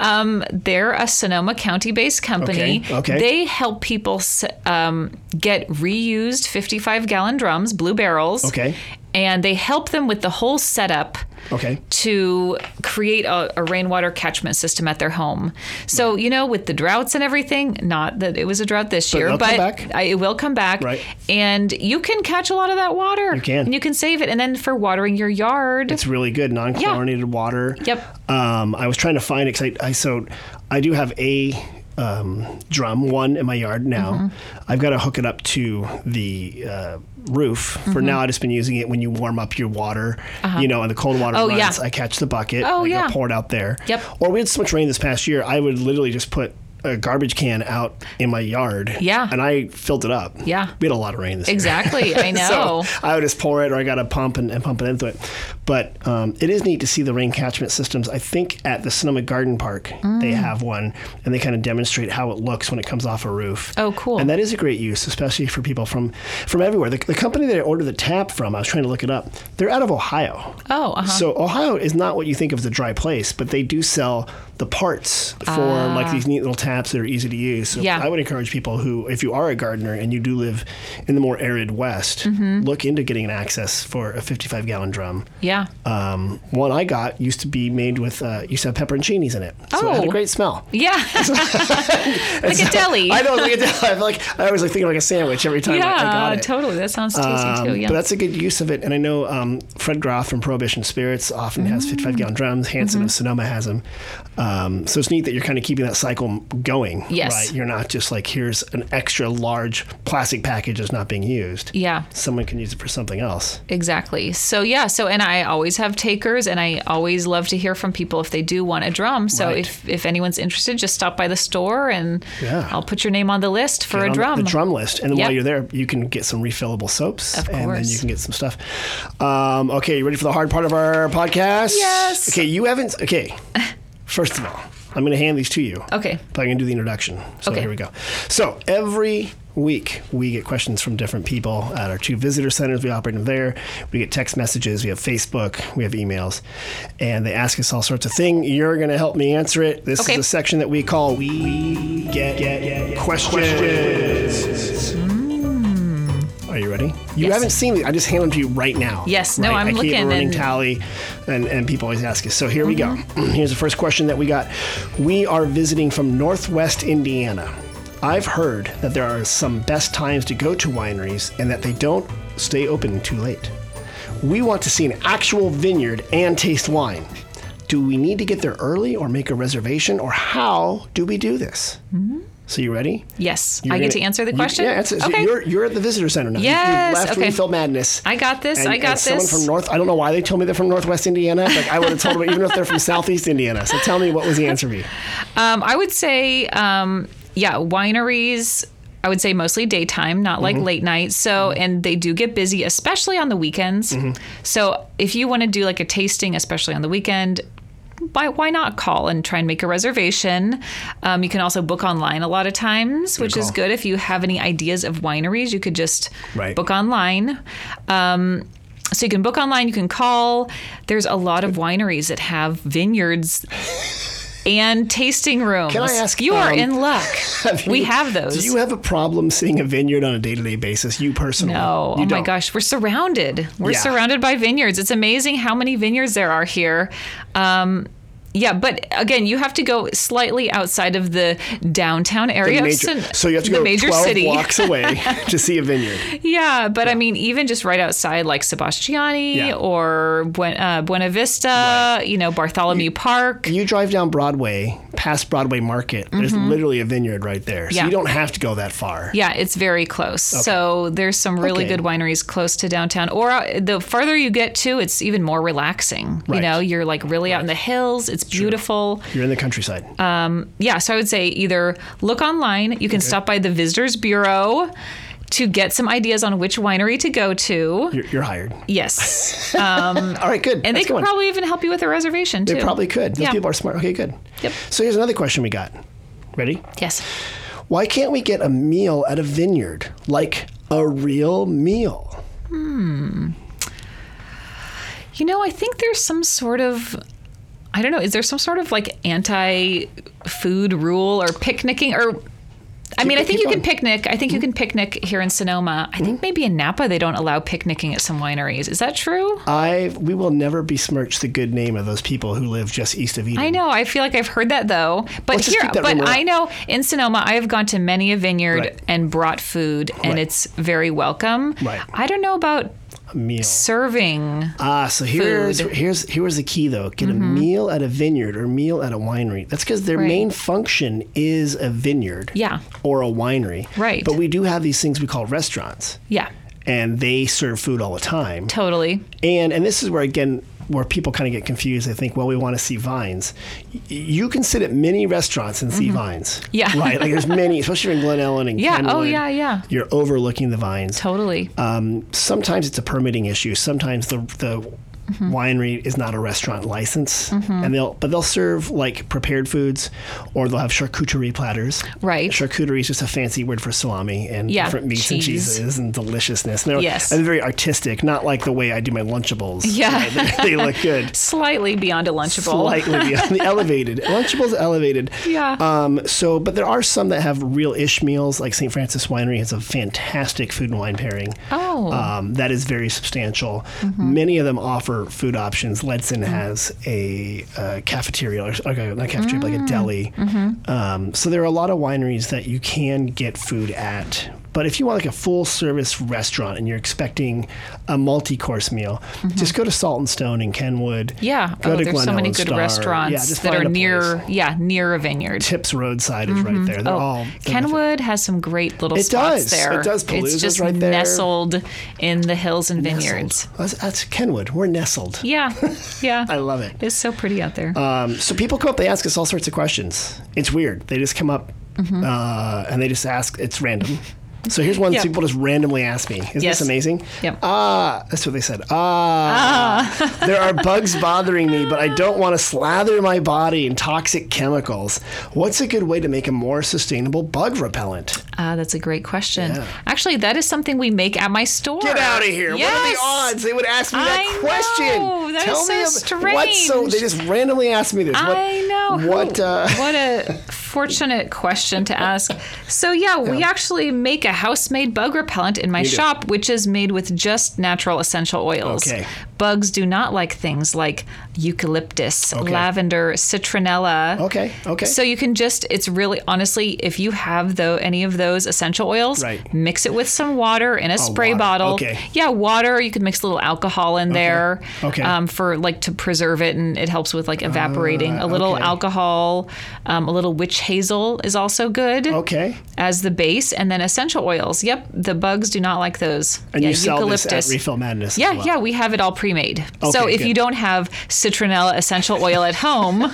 um, they're a Sonoma County based company.
Okay, okay.
They help people s- um, get reused 55 gallon drums, blue barrels.
Okay.
And they help them with the whole setup
going. Okay.
to create a, a rainwater catchment system at their home. So, you know, with the droughts and everything, not that it was a drought this year,
it'll
but
come back.
I, it will come back.
Right.
And you can catch a lot of that water. You
can.
And you can save it. And then for watering your yard.
It's really good. Non chlorinated water.
Yep.
Um, I was trying to find it 'cause I, I, so I do have a um, drum, one in my yard now.
Mm-hmm.
I've got to hook it up to the uh, roof. For
Mm-hmm.
now, I've just been using it when you warm up your water, you know, and the cold water
Oh,
runs.
yeah.
I catch the bucket.
Oh,
I go
yeah.
pour it out there.
Yep.
Or we had so much rain this past year, I would literally just put a garbage can out in my yard.
Yeah.
And I filled it up.
Yeah.
We had a lot of rain this year.
Exactly. I know.
So I would just pour it, or I got to pump and, and pump it into it. But um, it is neat to see the rain catchment systems. I think at the Sonoma Garden Park
Mm.
they have one, and they kind of demonstrate how it looks when it comes off a roof.
Oh, cool.
And that is a great use, especially for people from from everywhere. The, the company that I ordered the tap from, I was trying to look it up. They're out of Ohio.
oh, uh-huh.
So Ohio is not what you think of as a dry place, but they do sell the parts for like these neat little taps that are easy to use. So
Ah. Yeah.
I would encourage people who, if you are a gardener and you do live in the more arid West, look into getting an access for a 55 gallon drum.
Mm-hmm. yeah.
Um, one I got used to be made with uh, used to have pepperoncinis in it, so it had a
Oh.
great smell.
Yeah. like a deli.
I know, like a, I feel like I always like thinking like a sandwich every time I- I got
yeah,
it.
totally. That sounds tasty too.
Um,
Yeah.
But that's a good use of it. And I know um, Fred Groff from Prohibition Spirits often has 55
Mm.
gallon drums. Hanson
Mm-hmm.
of Sonoma has them. Um, so it's neat that you're kind of keeping that cycle going.
Yes.
Right? You're not just like, here's an extra large plastic package that's not being used.
yeah,
Someone can use it for something else.
exactly. So yeah, so and I always have takers, and I always love to hear from people if they do want a drum. So
Right.
if if anyone's interested, just stop by the store, and
Yeah.
I'll put your name on the list for
Get
a
on the-
drum.
The drum list. And then while
Yep.
you're there, you can get some refillable soaps.
Of
And then
course.
you can get some stuff. Um, okay, you ready for the hard part of our podcast?
Yes.
Okay, you haven't. Okay. First of all, I'm going to hand these to you.
Okay.
But I'm going to do the introduction. So
Okay.
here we go. So every week we get questions from different people at our two visitor centers. We operate them there. We get text messages. We have Facebook. We have emails. And they ask us all sorts of things. You're going to help me answer it. This
Okay.
is a section that we call We Get, get, get Questions. Are you ready? You
Hmm. Yes.
haven't seen these. I just hand them to you right now.
Yes, no,
right?
I'm
I keep a
looking
running
and- Mm-hmm.
tally, and, and people always ask us. So here we go. Here's the first question that we got. We are visiting from Northwest Indiana. I've heard that there are some best times to go to wineries and that they don't stay open too late. We want to see an actual vineyard and taste wine. Do we need to get there early or make a reservation, or how do we do this?
Mm-hmm.
So you ready?
yes,
You're
I get to
gonna-
answer the
you-
question.
yeah, it's, it's-
okay.
you're, you're at the visitor center now. You-
Yes,
you left
okay.
Refill Madness.
I got this.
And-
I got
and someone
this.
from North. I don't know why they told me they're from Northwest Indiana. Like I would have told them, even if they're from Southeast Indiana. So tell me, what was the answer be?
Um, I would say, um, yeah, wineries. I would say mostly daytime, not
Mm-hmm.
like late night. So, and they do get busy, especially on the weekends.
Mm-hmm.
So, if you want to do like a tasting, especially on the weekend, why, why not call and try and make a reservation? Um, you can also book online a lot of times, which is
call.
good. If you have any ideas of wineries, you could just
Right.
book online. Um, so you can book online, you can call. There's a lot of wineries that have vineyards and tasting rooms.
Can I ask,
You are
um,
in luck.
Have
we
you-
have those.
Do you have a problem seeing a vineyard on a day-to-day basis? You personally?
no.
You
oh my
don't.
gosh, we're surrounded. We're
Yeah.
surrounded by vineyards. It's amazing how many vineyards there are here. Um, yeah, but again, you have to go slightly outside of the downtown area of
Major,
Son-
so you have to
the
go
major
twelve
city.
blocks away to see a vineyard.
Yeah, but I mean, even just right outside, like Sebastiani
Yeah.
or Buen, uh, Buena Vista, you know, Bartholomew Park.
You drive down Broadway, past Broadway Market. There's literally a vineyard right there. So
Mm-hmm. Yeah.
you don't have to go that far.
Yeah, it's very close. So there's some really
Okay.
good wineries close to downtown. Or uh, the farther you get to, it's even more relaxing.
Right.
You know, you're like really out in the hills. It's It's beautiful.
You're in the countryside.
Uh, Yeah, so I would say either look online, you can stop by the Visitors Bureau to get some ideas on which winery to go to.
you're, you're hired.
Yes.
All right, good.
And they
That's
could
good.
probably even help you with a reservation too.
They probably could. Those
Yeah.
people are smart. Okay, good.
Yep.
So here's another question we got. Ready?
Yes.
Why can't we get a meal at a vineyard? Like a real meal?
You know, I think there's some sort of I don't know, is there some sort of like anti food rule or picnicking or I mean, I
Keep-
think
keep
you can
going. Mm-hmm.
picnic. I think you can picnic here in Sonoma. I think maybe in Napa they don't allow picnicking at some wineries. Is that true?
I we will never besmirch the good name of those people who live just east of Eden.
I know. I feel like I've heard that though. But
Let's just
here,
keep that
but
rumor
I
up.
know in Sonoma, I have gone to many a vineyard
Right.
and brought food, and
Right.
it's very welcome.
Right.
I don't know about
A meal.
serving.
Ah, so here's
Food. Mm-hmm.
here's here's the key though. Get a meal at a vineyard or meal at a winery. That's because their
Right.
main function is a vineyard.
Yeah.
Or a winery.
Right.
But we do have these things we call restaurants.
Yeah,
And they serve food all the time.
totally.
And and this is where again where people kind of get confused. They think, well, we want to see vines. Y- You can sit at many restaurants and see vines.
Mm-hmm. Yeah.
Right. Like there's many, especially in Glen Ellen and
Yeah. Oh,
Kenwood.
yeah, yeah.
You're overlooking the vines.
Totally.
Um, sometimes it's a permitting issue. Sometimes the the
Mm-hmm.
winery is not a restaurant license, and they'll but they'll serve like prepared foods, or they'll have charcuterie platters.
Right.
Charcuterie is just a fancy word for salami and
Yeah,
different meats and
cheese.
cheeses and deliciousness. And they're,
Yes.
and they're very artistic, not like the way I do my Lunchables.
Yeah.
right? they, they look good.
Slightly beyond a Lunchable.
Slightly beyond the elevated. Lunchables elevated.
Yeah.
Um, so, but there are some that have real ish meals. Like St. Francis Winery has a fantastic food and wine pairing.
Oh. Mm-hmm.
Um, that is very substantial. Many of them offer food options. Ledson has a, uh cafeteria, or like a, not cafeteria, but like
Mm.
a deli.
Mm-hmm.
Um, so there are a lot of wineries that you can get food at. But if you want like a full service restaurant and you're expecting a multi course meal, just go to Salt and Stone in Kenwood.
Mm-hmm. yeah.
Go
oh,
to
there's
Glen
so many
Ellen
good
Star.
restaurants
Yeah, just
that
find
are
a
near.
place.
Yeah, near a vineyard.
Tips Roadside is right there. They're all they're
Kenwood has some great little
It
spots
does.
there.
It does. Palooza's
It's just
right there.
nestled in the hills and vineyards.
nestled. That's, that's Kenwood. We're nestled.
Yeah, yeah.
I love it.
It's so pretty out there.
Um, so people come up, they ask us all sorts of questions. It's weird. They just come up uh, and they just ask. It's random. So here's one
Mm-hmm. Yeah.
people just randomly ask me. Isn't
Yes.
this amazing?
Yep.
Ah, that's what they said. Ah, there are bugs bothering me, but I don't want to slather my body in toxic chemicals. What's a good way to make a more sustainable bug repellent?
Ah, that's a great question.
Yeah.
Actually, that is something we make at my store.
Get out of here! What are
Ah. Yes.
the odds they would ask me that
I
question?
know. That
Tell
is
me
so
ab- What's so? They
strange.
just randomly asked me this. What,
I know. Who-
What? Uh,
what a fortunate question to ask. So yeah, we actually make a house-made bug repellent in my
do.
shop, which is made with just natural essential oils.
Okay.
Bugs do not like things like eucalyptus,
Okay.
lavender, citronella.
okay. Okay.
So you can just it's really honestly if you have though any of those essential oils
Right. Oh,
mix it with some water in a spray
water.
bottle.
Okay.
Yeah, water, you can mix a little alcohol in there
Okay.
um for like to preserve it and it helps with like evaporating. a little
Uh, okay.
alcohol, um, a little witch hazel is also good
okay.
as the base and then essential oils. Yep, the bugs do not like those.
And
yeah,
you sell
eucalyptus.
this at Refill Madness. as
Yeah,
well.
yeah, we have it all pre-made. so
Okay,
if you
good.
don't have citronella essential oil at home,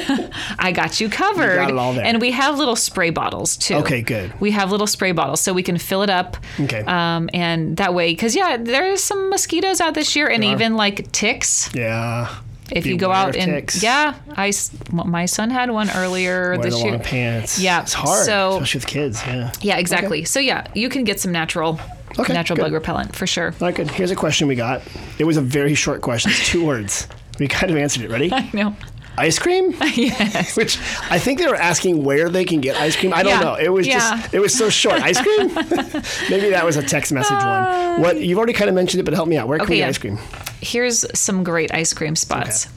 I got you covered.
got it all there.
And we have little spray bottles too.
Okay, good.
We have little spray bottles so we can fill it up.
Okay.
Um, and that way, because yeah, there's some mosquitoes out this year, and even like ticks.
Yeah.
If you
Beware
go out
of
and
ticks.
yeah, I s- my son had one earlier
Wear the
this year.
long pants.
Yeah,
It's hard,
so-
especially with kids. Yeah.
Yeah, exactly. So yeah, you can get some natural,
Okay,
natural
good.
bug repellent for sure.
All right, good. Here's a question we got. It was a very short question. It's two words. We kind of answered it. Ready?
I know.
Ice cream? yes. Which I think they were asking where they can get ice cream. I don't
Yeah,
know. It was
yeah.
just it was so short. Ice cream? Maybe that was a text message one. What you've already kind of mentioned it, but help me out. Where can
Uh, Okay,
we get
yeah.
ice cream?
here's some great ice cream spots.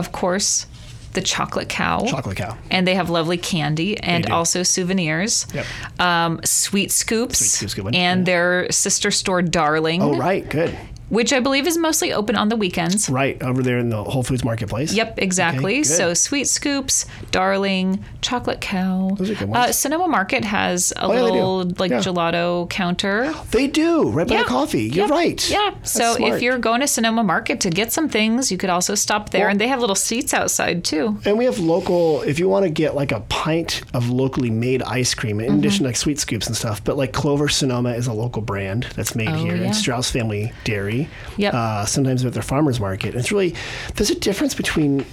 Of course, the Chocolate Cow.
Chocolate cow.
And they have lovely candy and
do.
also souvenirs.
Yep.
Um, Sweet Scoops.
Sweet Scoop's a good one,
And their sister store, Darling.
Oh right, good.
which I believe is mostly open on the weekends.
Right over there in the Whole Foods Marketplace.
Yep, exactly.
Okay, good.
so Sweet Scoops, Darling, Chocolate Cow.
Those are good
Uh,
ones. Oh,
Sonoma Market has a
yeah, they do.
little like
Yeah.
gelato counter.
They do right by
Yeah.
the coffee. You're
Yep.
right.
Yeah.
That's
So
smart.
if you're going to Sonoma Market to get some things, you could also stop there, and they have little seats outside too.
And we have local, if you want to get like a pint of locally made ice cream, in
Mm-hmm.
addition to like sweet scoops and stuff, but like Clover Sonoma is a local brand that's made here.
Oh, yeah.
It's Strauss Family Dairy.
Yep.
Uh, sometimes at their farmer's market. It's really, there's a difference between,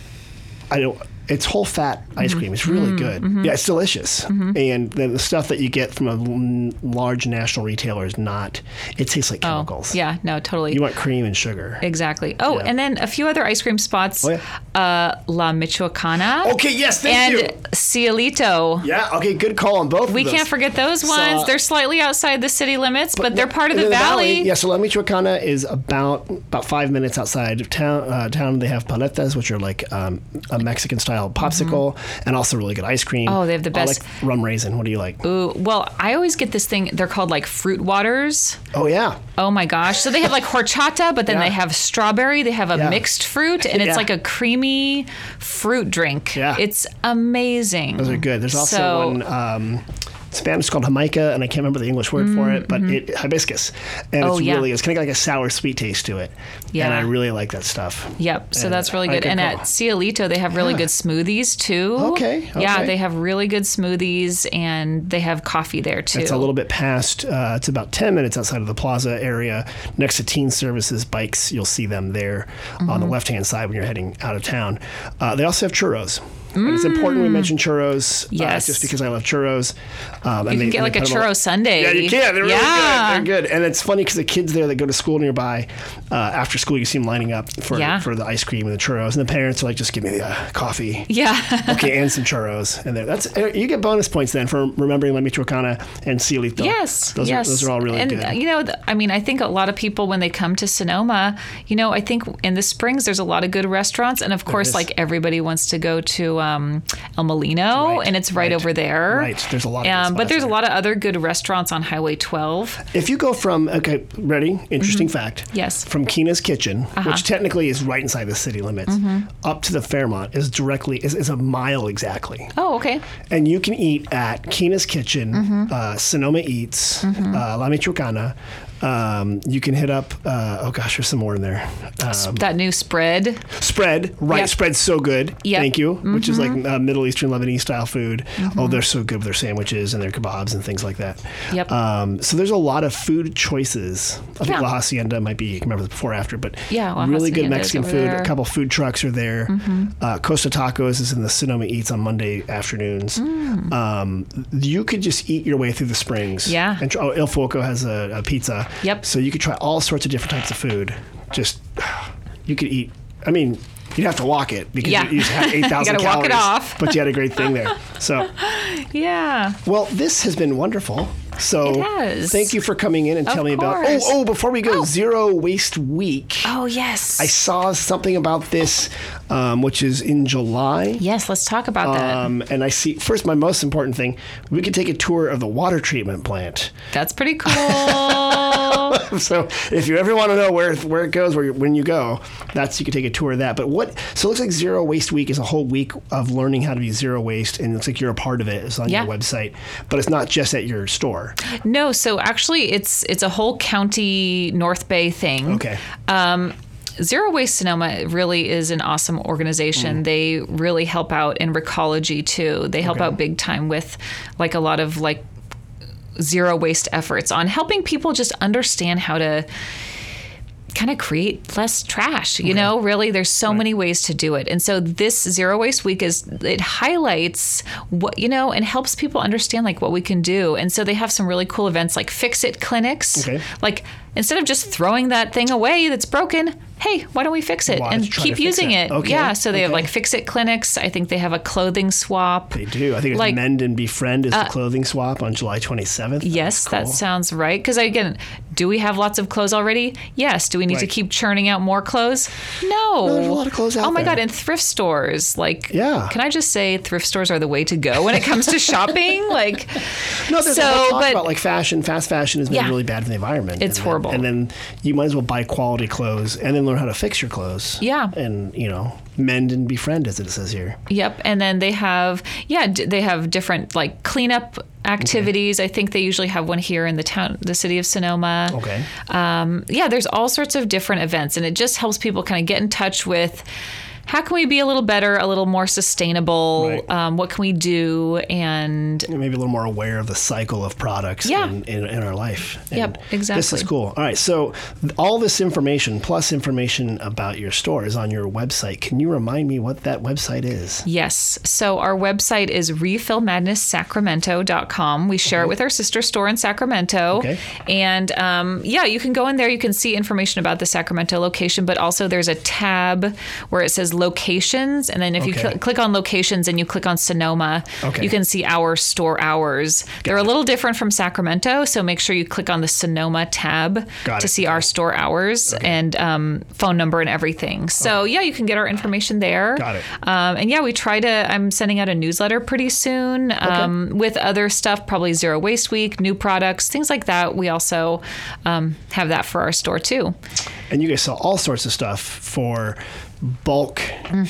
I don't, it's whole fat
Mm-hmm.
ice cream. It's really good. Yeah, it's delicious. And the, the stuff that you get from a l- large national retailer is not, it tastes like chemicals.
Oh, Yeah. No. Totally.
You want cream and sugar.
exactly. Oh, and then a few other ice cream spots.
Oh,
uh, La Michoacana.
Okay, yes, thank
And
you.
Cielito.
Yeah, okay, good call on both
We can't forget those ones. they're slightly outside the city limits, but, they're part of the,
in
valley.
Yeah, so La Michoacana is about about five minutes outside of town. Uh, town they have paletas, which are like um, a Mexican style popsicle, and also really good ice cream.
Mm-hmm. Oh, they have the
I
best-
like rum raisin. What do you like?
Ooh, well, I always get this thing. They're called like fruit waters.
Oh yeah,
Oh my gosh! So they have like horchata, but then
Yeah.
they have strawberry. They have a
Yeah.
mixed fruit, and it's
Yeah.
like a creamy fruit drink.
Yeah.
it's amazing.
those are good. There's also
So-
one. Um, Spanish called Jamaica, and I can't remember the English word for it, but it hibiscus, and
Mm-hmm. Oh,
it's
yeah.
really it's kind of like a sour sweet taste to it, and
Yeah.
I really like that stuff.
Yep. So
And-
that's really
all right,
good.
good
And
call.
at Cielito, they have really good smoothies too.
Okay,
Yeah,
okay.
they have really good smoothies, and they have coffee there too.
It's a little bit past. Uh, it's about ten minutes outside of the plaza area, next to Teen Services bikes. You'll see them there
Mm-hmm.
on the left hand side when you're heading out of town. Uh, they also have churros. And it's important we mention churros. uh,
Mm. Yes.
just because I love churros. Um, and
you
they-
can get
and
like
they
a
put them all-
churro Sunday.
Yeah, you can. They're really
Yeah.
good. They're good. And it's funny because the kids there that go to school nearby, uh, after school, you see them lining up for
Yeah.
for the ice cream and the churros, and the parents are like, "Just give me the uh, coffee."
Yeah.
okay, and some churros, and there. That's uh, you get bonus points then for remembering La Michoacana and Cielito.
Yes,
those
yes.
are those are all really
and,
good.
uh, You know, th- I mean, I think a lot of people when they come to Sonoma, you know, I think in the Springs there's a lot of good restaurants, and of course,
is.
like everybody wants to go to um, El Molino,
Right,
and it's right,
right,
over there.
right. There's a lot of good
Um, but
spots
there's
there.
a lot of other good restaurants on Highway 12.
if you go from okay, ready? Interesting fact.
Mm-hmm. Yes. Uh-huh.
From Kina's Kitchen, which technically is right inside the city limits,
Mm-hmm.
up to the Fairmont is directly is, is a mile exactly.
Oh, okay.
And you can eat at Kina's Kitchen,
Mm-hmm.
uh, Sonoma Eats, uh, La Michoacana. Um, you can hit up. Uh, oh gosh, there's some more in there. Um,
that new spread.
spread, right?
Yep.
Spread's so good.
Yep. Mm-hmm.
Thank you. Which is like uh, Middle Eastern Lebanese style food. Oh, they're so good with their sandwiches and their kebabs and things like that.
Yep.
Um, so there's a lot of food choices. I think
Yeah.
La Hacienda might be. I can remember the before or after, but
Yeah, La
really good
Hacienda's
Mexican
over
food.
there. Mm-hmm.
A couple food trucks are there. Uh, Costa Tacos is in the Sonoma Eats on Monday afternoons.
Mm.
Um, you could just eat your way through the springs.
Yeah.
And try, oh, El Fuoco has a, a pizza.
Yep.
So you could try all sorts of different types of food. Just you could eat. I mean, you'd have to walk it because
Yeah.
you, you just had eight thousand
gotta
calories.
walk it off.
but you had a great thing there. So,
Yeah.
well, this has been wonderful. So,
It has.
thank you for coming in and
Of
telling me about.
course.
Oh, oh! Before we go, zero waste week.
Oh, yes.
I saw something about this, um, which is in July.
yes, let's talk about that.
Um, and I see first my most important thing. We could take a tour of the water treatment plant.
That's pretty cool.
So if you ever want to know where where it goes, where you, when you go, that's you can take a tour of that. But what? So it looks like Zero Waste Week is a whole week of learning how to be zero waste, and it looks like you're a part of it. It's on
Yeah.
your website, but it's not just at your store.
No, so actually, it's it's a whole county North Bay thing.
Okay.
Um, Zero Waste Sonoma really is an awesome organization. They really help out in recology too. They help out big time with like a lot of like zero waste efforts on helping people just understand how to kind of create less trash you know really there's so many ways to do it and so this zero waste week is it highlights what you know and helps people understand like what we can do and so they have some really cool events like fix it clinics
Okay.
like instead of just throwing that thing away that's broken hey, why don't we fix it
Why
and
try to
keep
fix
using
it?
it?
Okay,
Yeah. So they have
okay.
like fix it clinics. I think they have a clothing swap.
They do. I think it's
Like- uh,
Mend and Befriend is the clothing swap on July 27th.
Yes, that
cool.
sounds right. Because again, do we have lots of clothes already? Yes. Do we need to
Right.
keep churning out more clothes? No.
No, there's a lot of clothes out
Oh my
there.
god! And thrift stores, like,
Yeah.
Can I just say thrift stores are the way to go when it comes to shopping? Like,
No, there's a
So,
lot of talk
but-
about like fashion. Fast fashion has been
Yeah.
really bad for the environment. And
It's
then-
horrible.
And then you might as well buy quality clothes and then learn how to fix your clothes.
Yeah.
And, you know, mend and befriend, as it says here.
Yep, and then they have yeah, d- they have different like cleanup activities. I think they usually have one here in the town, the city of Sonoma.
Okay.
Um, yeah, there's all sorts of different events, and it just helps people kind of get in touch with how can we be a little better, a little more sustainable.
Right.
Um, what can we do? And
And maybe a little more aware of the cycle of products
Yeah.
in, in, in our life. And
Yep,
This is
exactly.
cool. All right. So, th- all this information plus information about your store is on your website. Can you remind me what that website is?
Yes. So our website is refillmadnesssacramento.com. We share it with our sister store in Sacramento.
Okay.
And um, yeah, you can go in there. You can see information about the Sacramento location, but also there's a tab where it says locations. And then if you
Okay.
cl- click on locations and you click on Sonoma,
Okay.
you can see our store hours. They're a little different from Sacramento. So make sure you click on the Sonoma tab
Got
to
it.
see our store hours and um, phone number and everything. So yeah, you can get our information there.
Got it.
Um, and yeah, we try to. I'm sending out a newsletter pretty soon um, with other stuff, probably Zero Waste Week, new products, things like that. We also um, have that for our store too.
And you guys sell all sorts of stuff for bulk,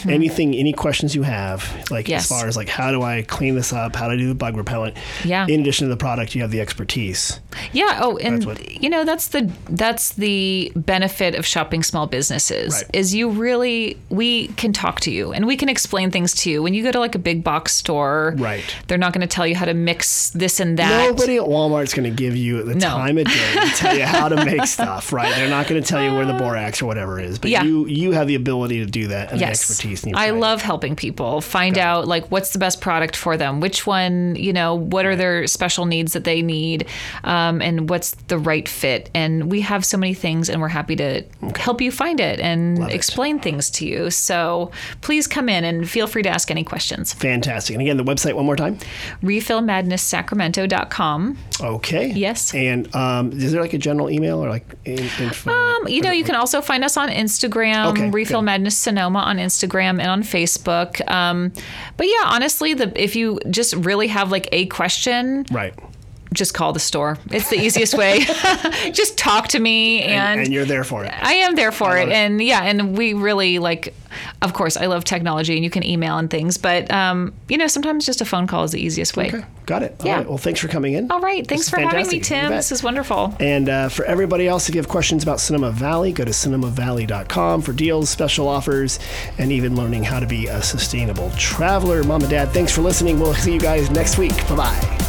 anything, any questions you have, like as
Mm-hmm. Yes.
far as like how do I clean this up, how do I do the bug repellent.
Yeah.
In addition to the product, you have the expertise.
Yeah. Oh, and
what-
you know that's the that's the benefit of shopping small businesses
Right.
is you really we can talk to you and we can explain things to you. When you go to like a big box store,
Right.
They're not going to tell you how to mix this and that.
Nobody at Walmart's going to give you the
No.
time of day to tell you how to make stuff, right? They're not going to tell you where the borax or whatever is, but
Yeah.
you you have the ability to do that and
yes.
the expertise. And you
I
try it.
love helping people find out like what's the best product for them, which one, you know, what are their special needs that they need, um, and what's the right fit. And we have so many things, and we're happy to help you find it and
it.
explain things to you. So please come in and feel free to ask any questions.
Fantastic. And again, the website one more time.
RefillMadnessSacramento.com.
Okay.
Yes.
And um, is there like a general email or like in, info?
Um, you know, you can also find us on Instagram,
Okay,
Refill
good.
Madness Sonoma on Instagram and on Facebook. Um, but yeah, honestly, the if you just really have like a question,
right.
just call the store. It's the easiest way. just talk to me, and,
and you're there for it.
I am there for it.
it.
And yeah, and we really like. Of course, I love technology, and you can email and things. But um, you know, sometimes just a phone call is the easiest way.
Okay, got it. All
Yeah.
right. Well, thanks for coming in.
All right,
This
thanks
is
for having me,
fantastic. You
Tim.
bet.
This is wonderful.
And uh, for everybody else, if you have questions about Cinema Valley, go to cinemavalley.com for deals, special offers, and even learning how to be a sustainable traveler. Mom and Dad, thanks for listening. We'll see you guys next week. Bye bye.